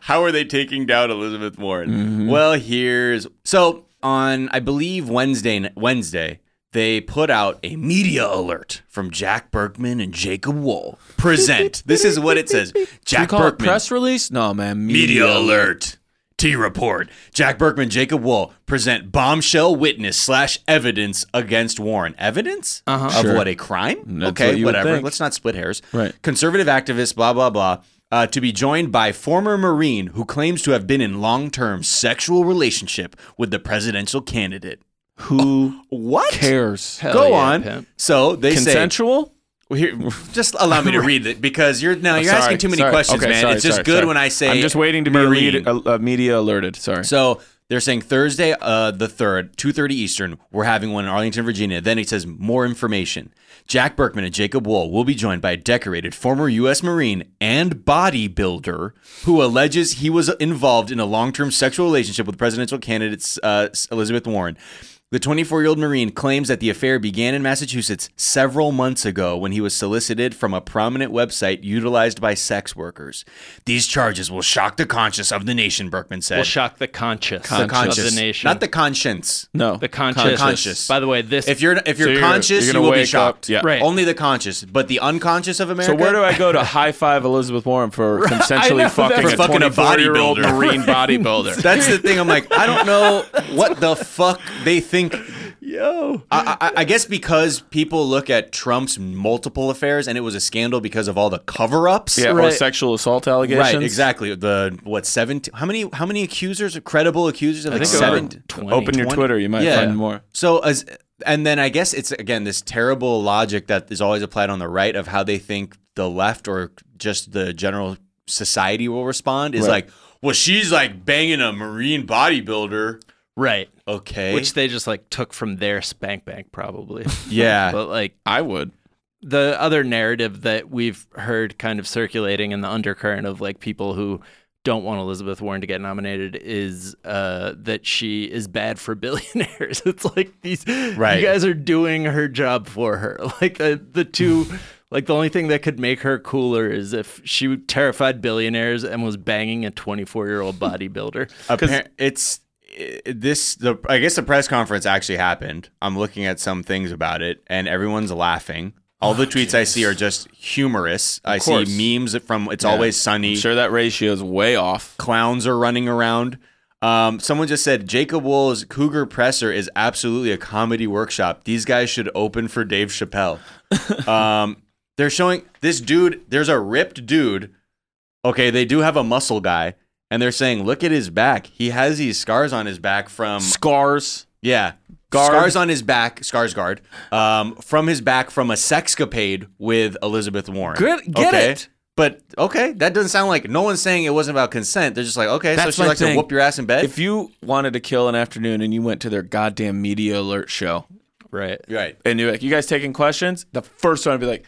Speaker 2: how are they taking down Elizabeth Warren?
Speaker 1: Mm-hmm.
Speaker 2: Well, here's so on I believe Wednesday Wednesday they put out a media alert from Jack Bergman and Jacob Wool. Present. this is what it says.
Speaker 3: You
Speaker 2: Jack
Speaker 3: call it
Speaker 2: Bergman.
Speaker 3: press release? No, man.
Speaker 2: Media alert. T report. Jack Bergman, Jacob Wool present bombshell witness slash evidence against Warren. Evidence of
Speaker 3: Uh-huh. Sure.
Speaker 2: what a crime?
Speaker 3: That's
Speaker 2: okay,
Speaker 3: what you would
Speaker 2: whatever.
Speaker 3: think.
Speaker 2: Let's not split hairs.
Speaker 3: Right.
Speaker 2: Conservative activist, blah blah blah. Uh, to be joined by former Marine who claims to have been in long-term sexual relationship with the presidential candidate.
Speaker 3: Who
Speaker 2: What?
Speaker 3: cares?
Speaker 2: Go
Speaker 1: yeah,
Speaker 2: on.
Speaker 1: pimp.
Speaker 2: So they say
Speaker 3: Consensual?
Speaker 2: well, here, just allow me to read it because you're now you're
Speaker 3: Oh, Sorry,
Speaker 2: asking too many
Speaker 3: sorry.
Speaker 2: questions,
Speaker 3: Okay,
Speaker 2: man.
Speaker 3: sorry,
Speaker 2: it's just
Speaker 3: sorry,
Speaker 2: good
Speaker 3: sorry.
Speaker 2: when I say
Speaker 3: I'm just waiting to be
Speaker 2: Marine.
Speaker 3: read, uh, uh, media alerted. Sorry.
Speaker 2: So they're saying Thursday, uh, the third, two thirty Eastern, we're having one in Arlington, Virginia. Then it says more information. Jack Berkman and Jacob Wool will be joined by a decorated former U.S. Marine and bodybuilder who alleges he was involved in a long-term sexual relationship with presidential candidate uh, Elizabeth Warren. The 24 year old Marine claims that the affair began in Massachusetts several months ago when he was solicited from a prominent website utilized by sex workers. These charges will shock the conscience of the nation, Berkman said
Speaker 1: will shock the conscience,
Speaker 2: the conscious,
Speaker 1: of the nation,
Speaker 2: not the conscience.
Speaker 3: no.
Speaker 1: the conscious.
Speaker 2: conscious.
Speaker 1: By the way, this
Speaker 2: If you're if you're,
Speaker 3: So you're-
Speaker 2: conscious,
Speaker 3: you're gonna
Speaker 2: you will be
Speaker 3: wake up-
Speaker 2: shocked.
Speaker 3: yeah.
Speaker 1: Right.
Speaker 2: Only the conscious, but the unconscious of America.
Speaker 3: So where do I go to high five Elizabeth Warren for
Speaker 1: I know,
Speaker 3: consensually fucking
Speaker 1: that's-
Speaker 2: For
Speaker 3: a
Speaker 2: fucking a
Speaker 3: 24 year old
Speaker 2: bodybuilder.
Speaker 3: marine bodybuilder?
Speaker 2: That's the thing. I'm like, I don't know what the fuck they think.
Speaker 1: yo,
Speaker 2: I, I, I guess because people look at Trump's multiple affairs, and it was a scandal because of all the cover-ups.
Speaker 3: yeah, or
Speaker 1: Right.
Speaker 3: sexual assault allegations.
Speaker 2: Right, exactly. The what seventeen? How many? How many accusers? Credible accusers? Of like
Speaker 1: think it was
Speaker 2: seven.
Speaker 1: around 20.
Speaker 3: Open your
Speaker 2: 20?
Speaker 3: Twitter, you might find more.
Speaker 2: So as and then I guess it's again this terrible logic that is always applied on the right of how they think the left or just the general society will respond is
Speaker 3: Right.
Speaker 2: like, well, she's like banging a marine bodybuilder.
Speaker 1: right?
Speaker 2: Okay.
Speaker 1: Which they just like took from their spank bank, probably.
Speaker 2: yeah.
Speaker 1: but like
Speaker 3: I would.
Speaker 1: the other narrative that we've heard kind of circulating in the undercurrent of like people who don't want Elizabeth Warren to get nominated is uh, that she is bad for billionaires. It's like these
Speaker 2: Right.
Speaker 1: you guys are doing her job for her. Like the the two like the only thing that could make her cooler is if she terrified billionaires and was banging a 24-year-old bodybuilder.
Speaker 2: Appar- it's i this the I guess the press conference actually happened. I'm looking at some things about it, and everyone's laughing. All the tweets I see are just humorous. I
Speaker 3: Oh, course.
Speaker 2: see memes from "It's Always Sunny."
Speaker 3: I'm sure that ratio is way off.
Speaker 2: clowns are running around. Um, someone just said Jacob Wool's Cougar Presser is absolutely a comedy workshop. These guys should open for Dave Chappelle. um, they're showing this dude. There's a ripped dude. Okay, they do have a muscle guy, and they're saying, look at his back. He has these scars on his back from
Speaker 3: Scars.
Speaker 2: yeah.
Speaker 3: Guard.
Speaker 2: Scars on his back, scars guard, um, from his back from a sexcapade with Elizabeth Warren.
Speaker 3: Good- get it.
Speaker 2: But okay, that doesn't sound like no one's saying it wasn't about consent. They're just like, okay,
Speaker 3: That's
Speaker 2: so
Speaker 3: my
Speaker 2: she likes
Speaker 3: thing.
Speaker 2: to whoop your ass in bed.
Speaker 3: If you wanted to kill an afternoon and you went to their goddamn media alert show
Speaker 1: Right.
Speaker 2: right.
Speaker 3: and you're like, you guys taking questions, the first one would be like,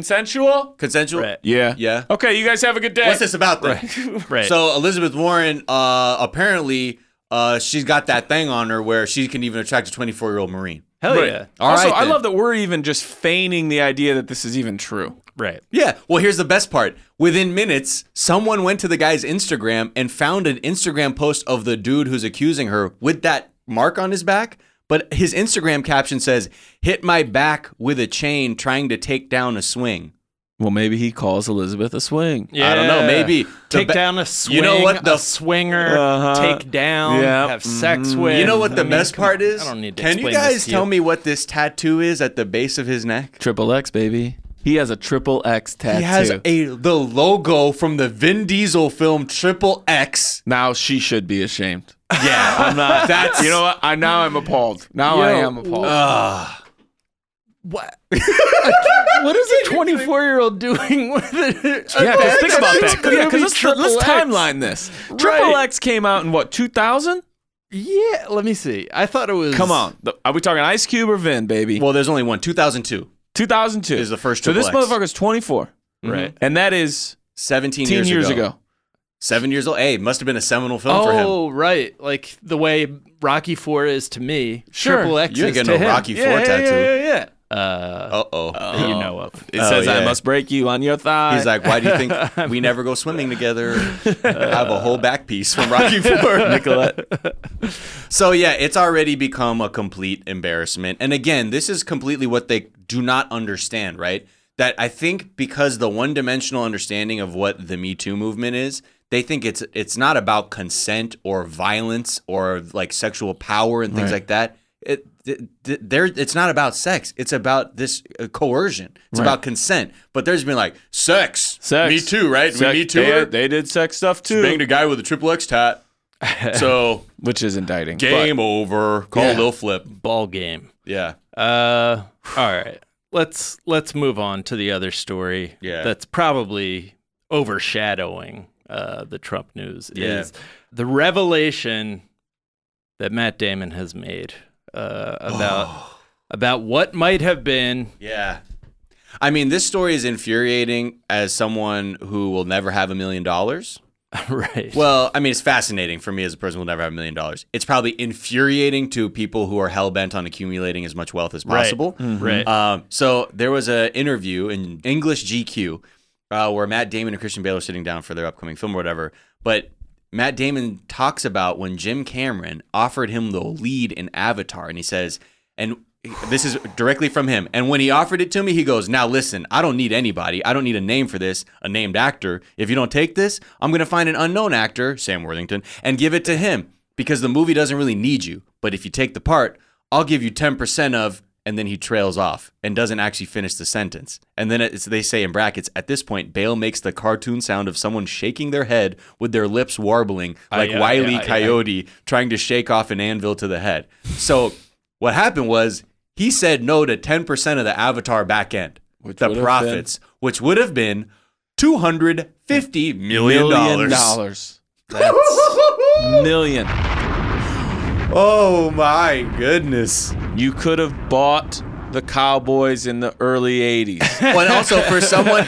Speaker 3: consensual?
Speaker 2: Consensual.
Speaker 1: Right.
Speaker 3: Yeah.
Speaker 2: Yeah.
Speaker 3: Okay, you guys have a good day.
Speaker 2: What's this about then?
Speaker 1: Right.
Speaker 2: So Elizabeth Warren, uh, apparently, uh, she's got that thing on her where she can even attract a 24 year old Marine.
Speaker 1: Hell
Speaker 3: Right.
Speaker 1: yeah.
Speaker 2: All
Speaker 3: also,
Speaker 2: right,
Speaker 3: I
Speaker 2: then.
Speaker 3: love that we're even just feigning the idea that this is even true.
Speaker 1: Right.
Speaker 2: Yeah. Well, here's the best part. Within minutes, someone went to the guy's Instagram and found an Instagram post of the dude who's accusing her with that mark on his back. But his Instagram caption says, hit my back with a chain trying to take down a swing.
Speaker 3: Well, maybe he calls Elizabeth a swing.
Speaker 2: I don't know.
Speaker 1: Yeah.
Speaker 2: Maybe the
Speaker 1: Take
Speaker 2: ba-
Speaker 1: down a swing.
Speaker 2: You know what the
Speaker 1: a swinger.
Speaker 3: Uh-huh.
Speaker 1: Take down.
Speaker 3: Yeah.
Speaker 1: Have sex with.
Speaker 2: Mm. You know what the
Speaker 1: I mean,
Speaker 2: best
Speaker 1: come on.
Speaker 2: part is?
Speaker 1: I don't need to
Speaker 2: Can you
Speaker 1: explain
Speaker 2: guys
Speaker 1: this to
Speaker 2: tell
Speaker 1: you.
Speaker 2: me what this tattoo is at the base of his neck?
Speaker 3: Triple X, baby. He has a triple X tattoo.
Speaker 2: He has a the logo from the Vin Diesel film Triple X.
Speaker 3: now she should be ashamed.
Speaker 2: Yeah, I'm not. That's
Speaker 3: You know what? I now I'm appalled. Now I
Speaker 1: Yo,
Speaker 3: am appalled.
Speaker 2: uh,
Speaker 1: What? what is a 24 year old doing with it?
Speaker 3: yeah, 'cause think about
Speaker 1: It's
Speaker 3: that.
Speaker 1: gonna
Speaker 3: Yeah, 'cause
Speaker 1: be
Speaker 3: let's, let's
Speaker 1: XXX.
Speaker 3: timeline this. Triple X came out in what 2000?
Speaker 1: Yeah, let me see. I thought it was.
Speaker 3: Come on, The- are we talking Ice Cube or Vin, baby?
Speaker 2: well, there's only one. 2002,
Speaker 3: 2002
Speaker 2: Is the first
Speaker 3: So this
Speaker 2: Triple X. Mm-hmm.
Speaker 3: motherfucker's 24,
Speaker 1: Right.
Speaker 3: and that is
Speaker 2: 17
Speaker 3: 10 years, ago.
Speaker 2: seven years old. Hey, must have been a seminal film for him.
Speaker 1: Oh, right. Like the way Rocky Four is to me.
Speaker 3: Sure.
Speaker 1: Triple X
Speaker 2: You ain't
Speaker 1: is
Speaker 2: getting
Speaker 1: to
Speaker 2: no
Speaker 1: him.
Speaker 2: Rocky
Speaker 1: Yeah,
Speaker 2: Four
Speaker 1: yeah,
Speaker 2: tattoo.
Speaker 1: Yeah, yeah, yeah.
Speaker 2: Uh oh.
Speaker 1: That you know of.
Speaker 3: It
Speaker 2: Oh,
Speaker 3: says I
Speaker 2: yeah.
Speaker 3: must break you on your thigh.
Speaker 2: He's like, why do you think we never go swimming together? I have a whole back piece from Rocky Four, Nicolette. So yeah, it's already become a complete embarrassment. And again, this is completely what they do not understand, right? That I think because the one-dimensional understanding of what the Me Too movement is, they think it's it's not about consent or violence or like sexual power and things like that. It, th- th- there, it's not about sex. It's about this uh, coercion. It's about consent. But there's been like sex,
Speaker 3: sex.
Speaker 2: me too, right?
Speaker 3: Sex.
Speaker 2: Me too.
Speaker 3: They, they did sex stuff too,
Speaker 2: banged a guy with a triple X tat. so
Speaker 3: which is indicting.
Speaker 2: game over. Call
Speaker 3: Yeah.
Speaker 2: a little flip.
Speaker 1: Ball game.
Speaker 2: Yeah.
Speaker 1: Uh, all right. Let's let's move on to the other story.
Speaker 2: Yeah.
Speaker 1: That's probably overshadowing uh, the Trump news.
Speaker 2: Yeah.
Speaker 1: Is the revelation that Matt Damon has made uh, about about what might have been
Speaker 2: Yeah. I mean, this story is infuriating as someone who will never have a million dollars.
Speaker 1: right.
Speaker 2: Well, I mean, it's fascinating for me as a person who will never have a million dollars. It's probably infuriating to people who are hell bent on accumulating as much wealth as
Speaker 1: Right.
Speaker 2: possible.
Speaker 3: mm-hmm.
Speaker 1: right.
Speaker 3: Uh,
Speaker 2: Um, so there was an interview in English GQ uh, where Matt Damon and Christian Bale are sitting down for their upcoming film or whatever. But Matt Damon talks about when Jim Cameron offered him the lead in Avatar, and he says, and this is directly from him. And when he offered it to me, he goes, Now listen, I don't need anybody. I don't need a name for this, a named actor. If you don't take this, I'm going to find an unknown actor, Sam Worthington, and give it to him because the movie doesn't really need you. But if you take the part, I'll give you 10% of, and then he trails off and doesn't actually finish the sentence. And then it's, they say in brackets, at this point, Bale makes the cartoon sound of someone shaking their head with their lips warbling, like
Speaker 1: Uh, yeah,
Speaker 2: Wiley
Speaker 1: yeah, yeah.
Speaker 2: Coyote trying to shake off an anvil to the head. So what happened was he said no to 10% of the Avatar back end,
Speaker 3: Which
Speaker 2: the
Speaker 3: would have been-
Speaker 2: profits, which would have been $250 million.
Speaker 3: million dollars. million.
Speaker 2: oh my goodness.
Speaker 3: You could have bought the Cowboys in the early 80s.
Speaker 2: Well, and also for someone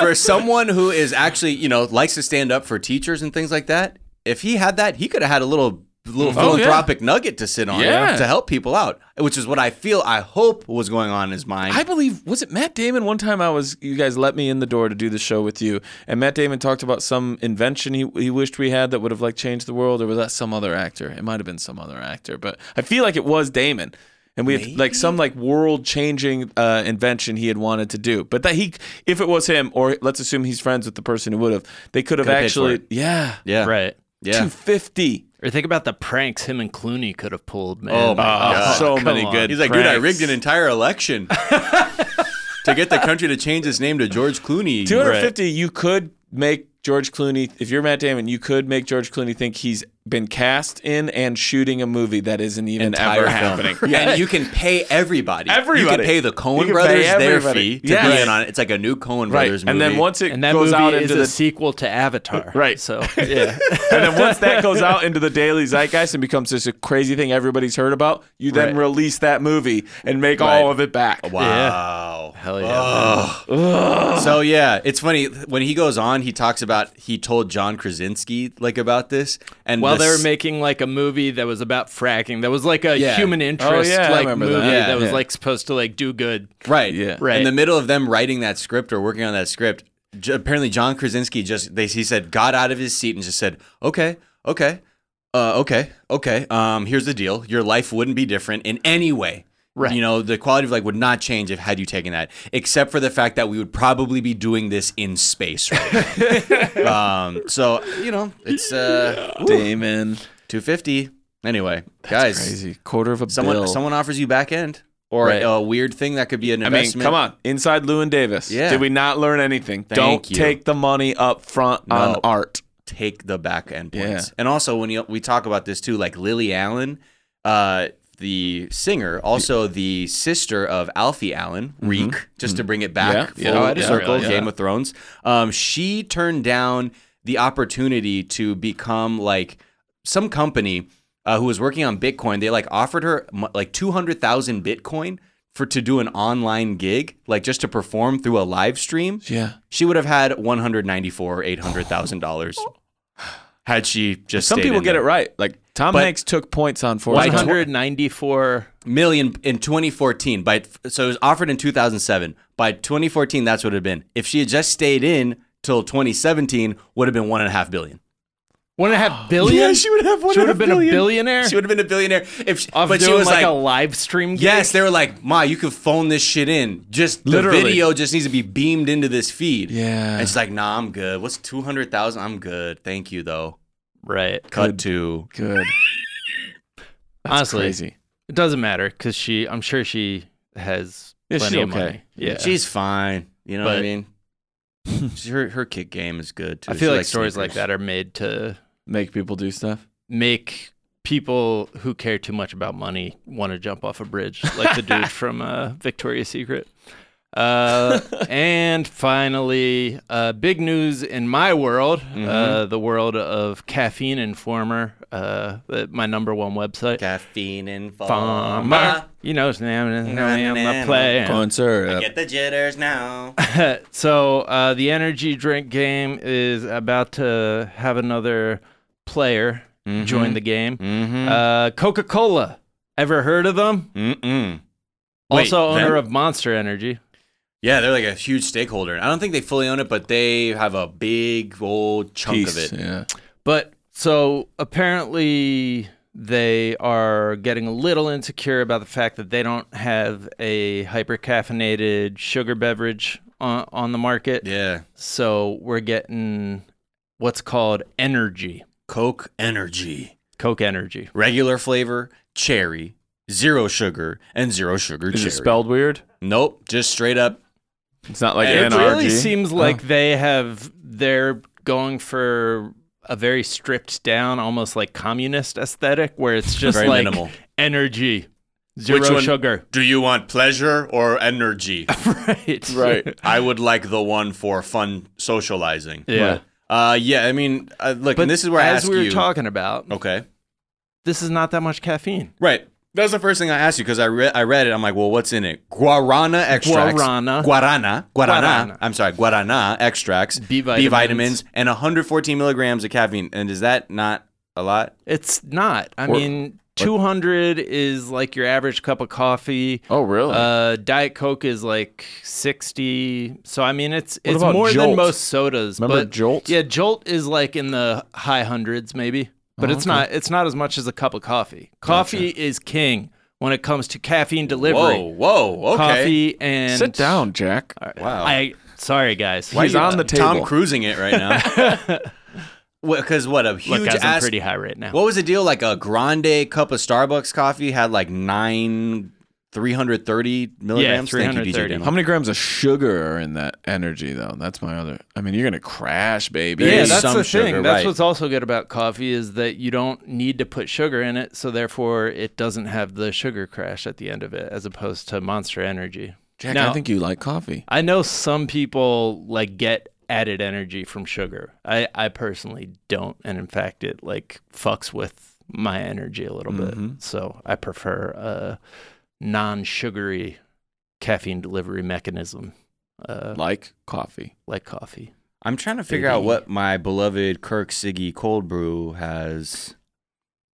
Speaker 2: for someone who is actually you know likes to stand up for teachers and things like that, if he had that, he could have had a little little
Speaker 3: Oh, yeah.
Speaker 2: philanthropic nugget to sit on
Speaker 3: Yeah.
Speaker 2: to help people out, which is what I feel I hope was going on in his mind.
Speaker 3: I believe was it Matt Damon one time I was you guys let me in the door to do the show with you and Matt Damon talked about some invention he, he wished we had that would have like changed the world or was that some other actor? It might have been some other actor, but I feel like it was Damon. And we had like some like world changing uh, invention he had wanted to do. But that he if it was him or let's assume he's friends with the person who would have, they could have
Speaker 2: Could have paid for
Speaker 3: actually
Speaker 2: it.
Speaker 3: yeah.
Speaker 2: yeah,
Speaker 1: right.
Speaker 2: Yeah.
Speaker 3: 250.
Speaker 1: Or think about the pranks him and Clooney could have pulled, man.
Speaker 2: Oh my God.
Speaker 3: so
Speaker 1: come
Speaker 3: many
Speaker 1: on.
Speaker 3: good
Speaker 2: He's like, dude, I rigged an entire election to get the country to change its name to George Clooney.
Speaker 3: 250 you could make george clooney if you're matt damon you could make george clooney think he's been cast in and shooting a movie that isn't even
Speaker 2: entire
Speaker 3: ever
Speaker 2: film.
Speaker 3: happening.
Speaker 2: And you can pay everybody. You
Speaker 3: Everybody.
Speaker 2: can pay the
Speaker 3: You
Speaker 2: Cohen
Speaker 3: can pay
Speaker 2: brothers their
Speaker 3: everybody.
Speaker 2: fee to
Speaker 3: Yes.
Speaker 2: be in on it. It's like a new Cohen
Speaker 3: right.
Speaker 2: brothers movie.
Speaker 3: And then once it
Speaker 1: and that
Speaker 3: goes
Speaker 1: movie
Speaker 3: out
Speaker 1: is
Speaker 3: into
Speaker 1: a
Speaker 3: the
Speaker 1: sequel to Avatar.
Speaker 3: Right.
Speaker 1: So yeah,
Speaker 3: and then once that goes out into the daily zeitgeist and becomes just a crazy thing everybody's heard about, you then
Speaker 1: Right.
Speaker 3: release that movie and make all
Speaker 2: Right.
Speaker 3: of it back.
Speaker 2: Wow.
Speaker 1: hell yeah.
Speaker 3: Oh,
Speaker 2: So yeah, it's funny when he goes on. He talks about he told John Krasinski like about this, and
Speaker 1: While
Speaker 2: the
Speaker 1: they were
Speaker 2: s-
Speaker 1: making like a movie that was about fracking, that was like a
Speaker 2: Yeah.
Speaker 1: human interest
Speaker 3: yeah, I
Speaker 1: like
Speaker 3: remember
Speaker 1: movie
Speaker 3: that.
Speaker 1: that,
Speaker 2: Yeah.
Speaker 1: was
Speaker 2: Yeah.
Speaker 1: like supposed to like do good.
Speaker 2: right,
Speaker 3: Yeah.
Speaker 1: Right.
Speaker 2: in the middle of them writing that script or working on that script. J- apparently, John Krasinski just they he said got out of his seat and just said, "Okay, okay, uh, okay, okay. Um, here's the deal: your life wouldn't be different in any way."
Speaker 1: Right.
Speaker 2: You know, the quality of life would not change if had you taken that, except for the fact that we would probably be doing this in space right now. um, so, you know, it's uh,
Speaker 3: Damon.
Speaker 2: 250. Anyway, guys,
Speaker 3: Crazy. Quarter of a
Speaker 2: someone
Speaker 3: bill.
Speaker 2: someone offers you back end or
Speaker 3: Right.
Speaker 2: a weird thing that could be an
Speaker 3: I mean,
Speaker 2: investment.
Speaker 3: come on. Inside Lewin Davis.
Speaker 2: Yeah.
Speaker 3: Did we not learn anything?
Speaker 2: Thank
Speaker 3: Don't
Speaker 2: you.
Speaker 3: take the money up front on
Speaker 2: No.
Speaker 3: art.
Speaker 2: Take the back end
Speaker 3: Yeah.
Speaker 2: points. And also when you, we talk about this too like Lily Allen, uh the singer, also the sister of Alfie Allen, Reek, just to bring it back
Speaker 3: Mm-hmm. Yeah, yeah.
Speaker 2: full
Speaker 3: Oh, I didn't
Speaker 2: circle,
Speaker 3: realize
Speaker 2: Game
Speaker 3: that.
Speaker 2: of Thrones. Um, she turned down the opportunity to become like some company uh, who was working on Bitcoin. They like offered her mu- like two hundred thousand Bitcoin for to do an online gig, like just to perform through a live stream.
Speaker 3: Yeah.
Speaker 2: She would have had one hundred ninety four eight hundred thousand dollars had she just.
Speaker 3: Some
Speaker 2: stayed
Speaker 3: people
Speaker 2: in
Speaker 3: get
Speaker 2: there.
Speaker 3: it right. Like Tom
Speaker 2: But-
Speaker 3: Hanks took points on four.
Speaker 1: One hundred ninety four.
Speaker 2: million in 2014 by so it was offered in 2007 by 2014 that's what it had been if she had just stayed in till 2017 would have been one and a half billion
Speaker 1: One and a half billion.
Speaker 2: would have
Speaker 1: She would have been a billionaire.
Speaker 2: she would have been a billionaire if she,
Speaker 1: off
Speaker 2: but
Speaker 1: doing
Speaker 2: she was
Speaker 1: like,
Speaker 2: like,
Speaker 1: a live stream. Gig.
Speaker 2: yes they were like ma you can phone this shit in just the
Speaker 3: Literally.
Speaker 2: video just needs to be beamed into this feed
Speaker 3: Yeah.
Speaker 2: and she's like nah i'm good what's 200000 i'm good thank you though
Speaker 1: right.
Speaker 2: cut to
Speaker 3: Good.
Speaker 1: Honestly,
Speaker 3: Crazy.
Speaker 1: it doesn't matter because she. I'm sure she has
Speaker 3: Yeah, she's
Speaker 1: plenty of
Speaker 3: okay.
Speaker 1: money. Yeah,
Speaker 2: she's fine you know what i
Speaker 1: But-
Speaker 2: mean She- her, her kick game is good too
Speaker 1: I feel
Speaker 2: She
Speaker 1: like
Speaker 2: likes
Speaker 1: stories like
Speaker 2: sneakers.
Speaker 1: that are made to
Speaker 3: Make people do stuff.
Speaker 1: make people who care too much about money want to jump off a bridge, like the dude from uh, Victoria's Secret. Uh, and finally, uh, big news in my world, uh, the world of Caffeine Informer, uh, the- my number one website.
Speaker 2: Caffeine and
Speaker 1: Farmer. You know his name. his name, I'm a player.
Speaker 3: Concert. uh,
Speaker 2: Get the jitters now.
Speaker 1: So uh, the energy drink game is about to have another player join the game.
Speaker 2: Mm-hmm. Mm.
Speaker 1: Uh, Coca Cola. Ever heard of them?
Speaker 2: Mm-mm.
Speaker 1: also
Speaker 2: Wait,
Speaker 1: owner
Speaker 2: them?
Speaker 1: of Monster Energy.
Speaker 2: Yeah, they're like a huge stakeholder. I don't think they fully own it, but they have a big old chunk of it.
Speaker 3: Yeah.
Speaker 1: But so apparently they are getting a little insecure about the fact that they don't have a hypercaffeinated sugar beverage on, on the market.
Speaker 2: Yeah.
Speaker 1: So we're getting what's called energy,
Speaker 2: Coke Energy.
Speaker 1: Coke Energy.
Speaker 2: Regular flavor, cherry, zero sugar, and zero sugar
Speaker 3: Is
Speaker 2: cherry.
Speaker 3: it spelled weird?
Speaker 2: nope, just straight up.
Speaker 3: It's not like
Speaker 2: It
Speaker 1: It
Speaker 3: NRG.
Speaker 1: really seems like they have they're going for a very stripped down, almost like communist aesthetic, where it's just
Speaker 2: Very
Speaker 1: like
Speaker 2: minimal.
Speaker 1: energy, zero
Speaker 2: one-
Speaker 1: sugar.
Speaker 2: Do you want pleasure or energy?
Speaker 1: right.
Speaker 3: Right.
Speaker 2: I would like the one for fun socializing.
Speaker 1: Yeah.
Speaker 2: Uh, yeah, I mean, uh, look, and this is where I
Speaker 1: as
Speaker 2: ask
Speaker 1: we were
Speaker 2: you. oh.
Speaker 1: talking about,
Speaker 2: okay.
Speaker 1: this is not that much caffeine.
Speaker 2: Right. That's the first thing I asked you because I read I read it. I'm like, well, what's in it? Guarana extracts,
Speaker 1: Guarana.
Speaker 2: guarana, guarana.
Speaker 1: Guarana.
Speaker 2: I'm sorry, guarana extracts,
Speaker 1: B
Speaker 2: B
Speaker 1: vitamins.
Speaker 2: vitamins, and 114 milligrams of caffeine. And is that not a lot?
Speaker 1: It's not. I mean, 200 is like your average cup of coffee.
Speaker 3: Oh, really?
Speaker 1: Uh, Diet Coke is like 60. So I mean, it's it's
Speaker 3: about
Speaker 1: more
Speaker 3: Jolt?
Speaker 1: than most sodas.
Speaker 3: Remember
Speaker 1: but
Speaker 3: Jolt?
Speaker 1: Yeah, Jolt is like in the high hundreds maybe, but
Speaker 3: Oh,
Speaker 1: it's not it's not as much as a cup of coffee. Coffee is king when it comes to caffeine delivery.
Speaker 2: Whoa, whoa, okay.
Speaker 1: Coffee and
Speaker 3: Sit down, Jack.
Speaker 2: Wow.
Speaker 1: I sorry guys.
Speaker 3: He's
Speaker 2: you-
Speaker 3: on the
Speaker 2: Tom
Speaker 3: table.
Speaker 2: cruising it right now. Because what a huge
Speaker 1: Look, guys, I'm
Speaker 2: ass.
Speaker 1: pretty high right now.
Speaker 2: What was the deal? Like a grande cup of Starbucks coffee had like nine 330 milligrams. Thank you, DJ
Speaker 1: 330.
Speaker 2: Daniel.
Speaker 3: How many grams of sugar are in that energy, though? That's my other. I mean, you're gonna crash, baby.
Speaker 1: Yeah,
Speaker 2: is
Speaker 1: that's
Speaker 2: some
Speaker 1: the
Speaker 2: sugar,
Speaker 1: thing. That's
Speaker 2: right.
Speaker 1: what's also good about coffee is that you don't need to put sugar in it, so therefore it doesn't have the sugar crash at the end of it, as opposed to Monster Energy.
Speaker 3: Jack,
Speaker 1: Now,
Speaker 3: I think you like coffee.
Speaker 1: I know some people like get added energy from sugar. I I personally don't, and in fact, it like fucks with my energy a little
Speaker 2: Mm-hmm.
Speaker 1: bit. So I prefer a non-sugary caffeine delivery mechanism, uh,
Speaker 3: Like coffee.
Speaker 1: like coffee.
Speaker 2: I'm trying to figure out what my beloved Kirk Siggy cold brew has.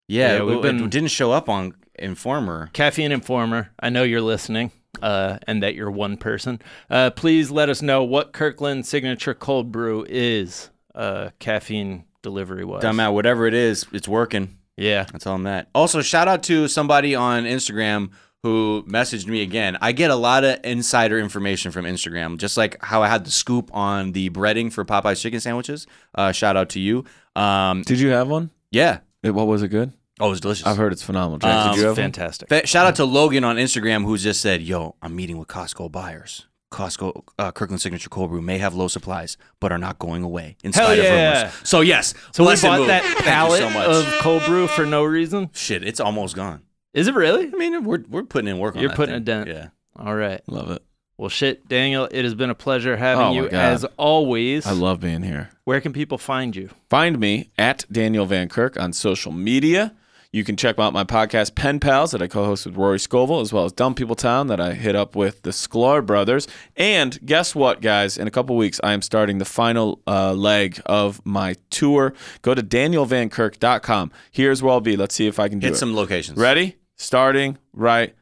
Speaker 2: Yeah,
Speaker 1: Yeah,
Speaker 2: it-
Speaker 1: we've
Speaker 2: it
Speaker 1: been-
Speaker 2: didn't show up on Informer.
Speaker 1: Caffeine Informer, I know you're listening uh, and that you're one person. Uh, please let us know what Kirkland Signature Cold Brew is uh, caffeine delivery wise.
Speaker 2: Dumb out, whatever it is, it's working.
Speaker 1: Yeah.
Speaker 2: That's all I'm at. Also, shout out to somebody on Instagram who messaged me again. I get a lot of insider information from Instagram, just like how I had the scoop on the breading for Popeye's chicken sandwiches. Uh, shout out to you. Um,
Speaker 3: Did you have one?
Speaker 2: yeah.
Speaker 3: It, what was it good?
Speaker 2: Oh, it was delicious.
Speaker 3: I've heard it's phenomenal. Jack,
Speaker 2: Um,
Speaker 3: did you have one?
Speaker 1: Fantastic.
Speaker 2: Fa- shout out to Logan on Instagram who just said, "Yo, I'm meeting with Costco buyers. Costco uh, Kirkland Signature Cold Brew may have low supplies, but are not going away in
Speaker 1: Hell
Speaker 2: spite
Speaker 1: yeah.
Speaker 2: of rumors." So yes,
Speaker 1: so we
Speaker 2: blessed
Speaker 1: bought
Speaker 2: move.
Speaker 1: that
Speaker 2: Thank you
Speaker 1: pallet
Speaker 2: so much.
Speaker 1: of cold brew for no reason.
Speaker 2: Shit, it's almost gone.
Speaker 1: Is it really?
Speaker 2: I mean, we're we're putting in work. on
Speaker 1: You're
Speaker 2: that
Speaker 1: putting
Speaker 2: thing.
Speaker 1: a dent.
Speaker 2: Yeah.
Speaker 1: All right.
Speaker 3: Love it.
Speaker 1: Well, shit, Daniel, it has been a pleasure having
Speaker 3: Oh my
Speaker 1: you
Speaker 3: God.
Speaker 1: as always.
Speaker 3: I love being here.
Speaker 1: Where can people find you?
Speaker 3: Find me at Daniel Van Kirk on social media. You can check out my podcast, Pen Pals, that I co host with Rory Scovel, as well as Dumb People Town, that I hit up with the Sklar brothers. And guess what, guys? In a couple weeks, I am starting the final uh, leg of my tour. Go to danielvankirk.com. Here's where I'll be. Let's see if I can do
Speaker 2: Hit
Speaker 3: it.
Speaker 2: some locations.
Speaker 3: Ready? Starting right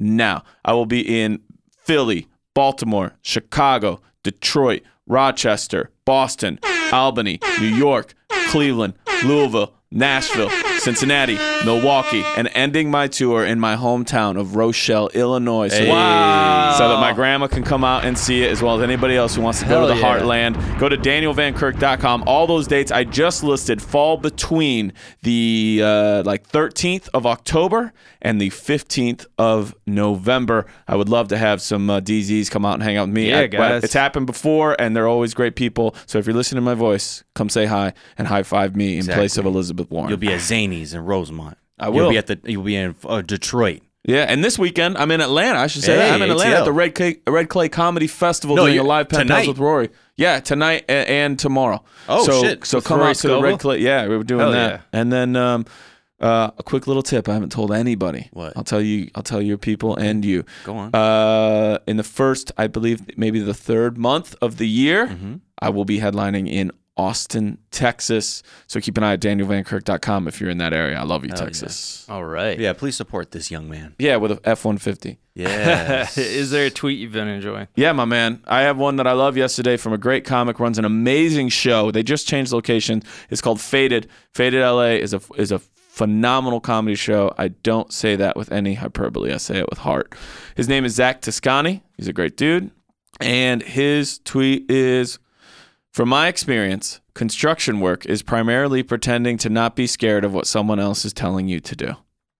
Speaker 3: now. I will be in Philly, Baltimore, Chicago, Detroit, Rochester, Boston, Albany, New York, Cleveland, Louisville, Nashville, Cincinnati, Milwaukee, and ending my tour in my hometown of Rochelle, Illinois. So,
Speaker 1: Wow.
Speaker 3: so that my grandma can come out and see it, as well as anybody else who wants to go
Speaker 1: Oh. Hell
Speaker 3: to the
Speaker 1: yeah.
Speaker 3: heartland land. Go to danielvankirk.com. All those dates I just listed fall between the uh, like 13th of October and the 15th of November. I would love to have some uh, DZs come out and hang out with me.
Speaker 1: Yeah,
Speaker 3: I- but
Speaker 1: guys.
Speaker 3: It's happened before, and they're always great people. So if you're listening to my voice, come say hi and high five me in place of Elizabeth Warren.
Speaker 2: You'll be at Zanies in Rosemont. I
Speaker 3: will.
Speaker 2: You'll be at the. You'll be in uh, Detroit.
Speaker 3: yeah, and this weekend I'm in Atlanta. I should say
Speaker 2: Hey,
Speaker 3: that. I'm in Atlanta at
Speaker 2: ATL.
Speaker 3: the Red Clay, Red Clay Comedy Festival
Speaker 2: No,
Speaker 3: doing a
Speaker 2: you-
Speaker 3: live pen pals
Speaker 2: tonight.
Speaker 3: with Rory. Yeah, tonight and, and tomorrow.
Speaker 2: Oh,
Speaker 3: so,
Speaker 2: shit.
Speaker 3: So
Speaker 2: With
Speaker 3: come
Speaker 1: Rory
Speaker 3: out to the
Speaker 1: Scovel?
Speaker 3: Red Clay. Yeah, we were doing
Speaker 1: Hell
Speaker 3: that. And then um, uh, a quick little tip. I haven't told anybody.
Speaker 2: What?
Speaker 3: I'll tell you. I'll tell your people and you.
Speaker 2: Go on.
Speaker 3: Uh, in the first, I believe maybe the third month of the year,
Speaker 2: Mm-hmm.
Speaker 3: I will be headlining in. Austin, Texas. So keep an eye at danielvankirk.com if you're in that area. I love you, Texas.
Speaker 1: All right.
Speaker 2: Yeah, please support this young man.
Speaker 3: Yeah, with a F 150.
Speaker 2: Yeah.
Speaker 1: Is there a tweet you've been enjoying?
Speaker 3: Yeah, my man. I have one that I love yesterday from a great comic. Runs an amazing show. They just changed location. It's called Faded. Faded LA is a is a phenomenal comedy show. I don't say that with any hyperbole. I say it with heart. His name is Zach Toscani. He's a great dude, and his tweet is. From my experience, construction work is primarily pretending to not be scared of what someone else is telling you to do.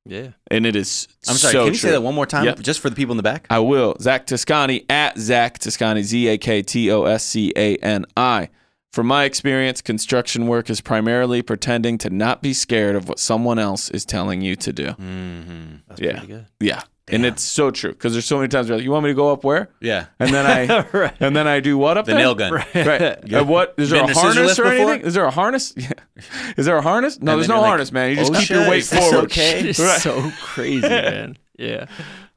Speaker 1: Yeah.
Speaker 3: And it is
Speaker 2: I'm sorry.
Speaker 3: so
Speaker 2: can you say
Speaker 3: true.
Speaker 2: that one more time,
Speaker 3: Yep.
Speaker 2: just for the people in the back?
Speaker 3: I will. Zach Toscani at Zach Toscani, Z A K T O S C A N I. From my experience, construction work is primarily pretending to not be scared of what someone else is telling you to do.
Speaker 2: Mm-hmm.
Speaker 1: That's
Speaker 3: Yeah.
Speaker 1: pretty good.
Speaker 3: Yeah. And it's so true because there's so many times you're like, you want me to go up where?
Speaker 2: yeah.
Speaker 3: And then I
Speaker 1: Right.
Speaker 3: and then I do what up
Speaker 2: The
Speaker 3: there?
Speaker 2: nail gun.
Speaker 3: Right. Uh, what is there
Speaker 2: Been in
Speaker 3: a
Speaker 2: a scissor
Speaker 3: harness
Speaker 2: lift
Speaker 3: or
Speaker 2: before?
Speaker 3: anything? Is there a harness? Yeah. Is there a harness? No,
Speaker 2: And
Speaker 3: there's
Speaker 2: then
Speaker 3: no
Speaker 2: you're
Speaker 3: harness,
Speaker 2: like,
Speaker 3: man. You
Speaker 2: "Oh,
Speaker 3: just keep
Speaker 2: shit,
Speaker 3: your weight
Speaker 2: is this
Speaker 3: forward.
Speaker 2: okay?
Speaker 1: It's so crazy, man. Yeah.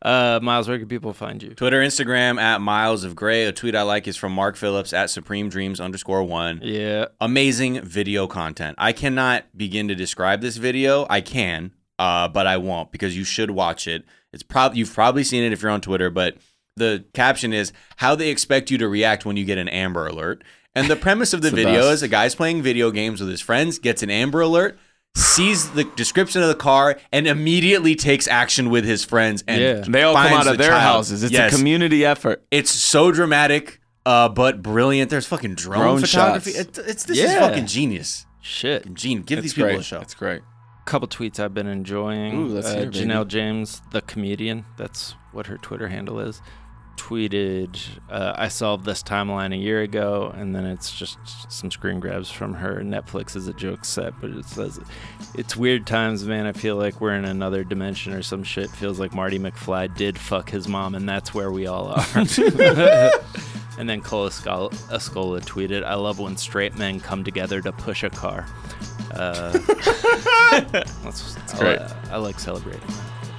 Speaker 1: Uh, Miles, where can people find you?
Speaker 2: Twitter, Instagram at Miles of Gray. A tweet I like is from Mark Phillips at Supreme Dreams underscore one.
Speaker 1: Yeah.
Speaker 2: Amazing video content. I cannot begin to describe this video. I can, uh, but I won't because you should watch it. It's prob you've probably seen it if you're on Twitter, but the caption is how they expect you to react when you get an Amber Alert. And the premise of the
Speaker 3: the
Speaker 2: video
Speaker 3: best.
Speaker 2: is a guy's playing video games with his friends, gets an Amber Alert, sees the description of the car, and immediately takes action with his friends. And
Speaker 1: Yeah.
Speaker 3: They all come
Speaker 2: finds
Speaker 3: out of
Speaker 2: the
Speaker 3: their
Speaker 2: child.
Speaker 3: houses. It's
Speaker 2: Yes.
Speaker 3: a community effort.
Speaker 2: It's so dramatic, uh, but brilliant. There's fucking drone,
Speaker 3: Drone
Speaker 2: photography.
Speaker 3: shots.
Speaker 2: It- it's this is
Speaker 1: Yeah.
Speaker 2: fucking genius.
Speaker 1: Shit.
Speaker 2: Gene, give
Speaker 3: It's
Speaker 2: these people
Speaker 3: great.
Speaker 2: a show.
Speaker 3: It's great.
Speaker 1: couple tweets I've been enjoying. Uh,
Speaker 3: Ooh, let's hear it, baby.
Speaker 1: Janelle James, the comedian, that's what her Twitter handle is, tweeted, uh, I solved this timeline a year ago. And then it's just some screen grabs from her Netflix is a joke set, but it says, It's weird times, man. I feel like we're in another dimension or some shit. Feels like Marty McFly did fuck his mom, and that's where we all are. And then Cole Escola, Escola tweeted, I love when straight men come together to push a car. Uh, that's I,
Speaker 3: great.
Speaker 1: li- I like celebrating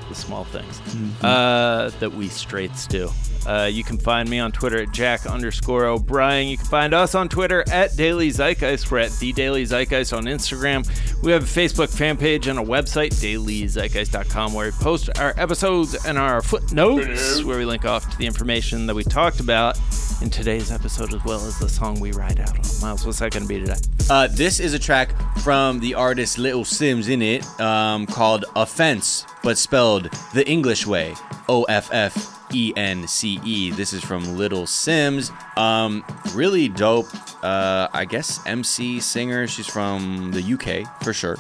Speaker 1: the small things uh, that we straights do. Uh, you can find me on Twitter at Jack underscore O'Brien. You can find us on Twitter at Daily Zeitgeist. We're at The Daily Zeitgeist on Instagram. We have a Facebook fan page and a website, dailyzeitgeist.com, where we post our episodes and our footnotes, where we link off to the information that we talked about in today's episode, as well as the song we ride out on. Miles, what's that going to be today?
Speaker 2: Uh, this is a track from the artist Little Sims in it um, called Offense, but spelled the English way O F F E N C E. This is from Little Sims. Um, really dope, uh, I guess, MC singer. She's from the UK for sure.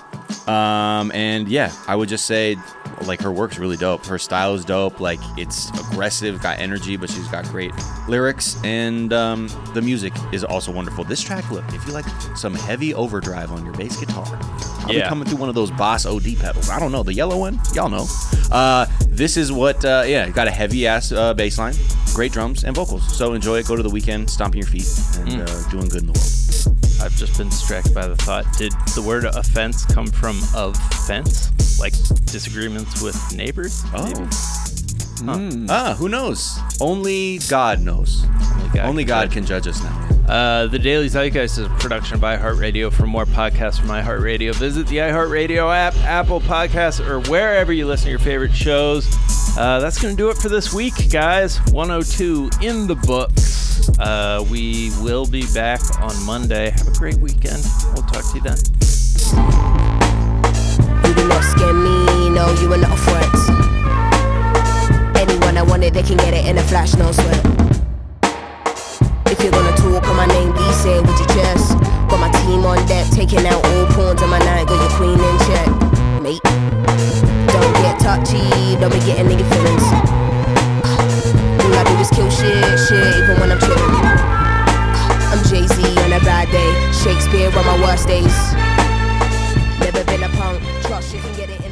Speaker 2: Um, and yeah, I would just say like her work's really dope. Her style is dope. Like it's aggressive, got energy, but she's got great lyrics, and um, the music is also wonderful. This track, look, if you like some heavy overdrive on your bass guitar, I'll be
Speaker 1: Yeah.
Speaker 2: coming through one of those Boss OD pedals. I don't know the yellow one, y'all know. Uh, this is what, uh, yeah, got a heavy ass uh, bass line, great drums and vocals. So enjoy it. Go to the weekend, stomping your feet, and
Speaker 1: Mm.
Speaker 2: uh, doing good in the world.
Speaker 1: I've just been distracted by the thought. Did the word offense come from of fence? Like disagreements with neighbors?
Speaker 2: Oh.
Speaker 1: Maybe. Hmm.
Speaker 2: Ah, who knows? Only God knows.
Speaker 1: Only God
Speaker 2: Only
Speaker 1: can
Speaker 2: God
Speaker 1: judge.
Speaker 2: can judge us now.
Speaker 1: Uh, the Daily Zeitgeist is a production of iHeartRadio. For more podcasts from iHeartRadio, visit the iHeartRadio app, Apple Podcasts, or wherever you listen to your favorite shows. Uh, that's going to do it for this week, guys. 102 in the books. Uh, we will be back on Monday. Have a great weekend. We'll talk to you then.
Speaker 6: You do not scare me, no, you are not a threat. Anyone I want it, they can get it in a flash, no sweat. If you're gonna talk on my name, be saying with your chest. Got my team on deck, taking out all pawns on my night, got your queen in check. Mate, don't get touchy, don't be getting nigga feelings. All I do is kill shit, shit, even when I'm chilling. I'm Jay Z on a bad day, Shakespeare on my worst days. Never been a punk. Trust you can get it in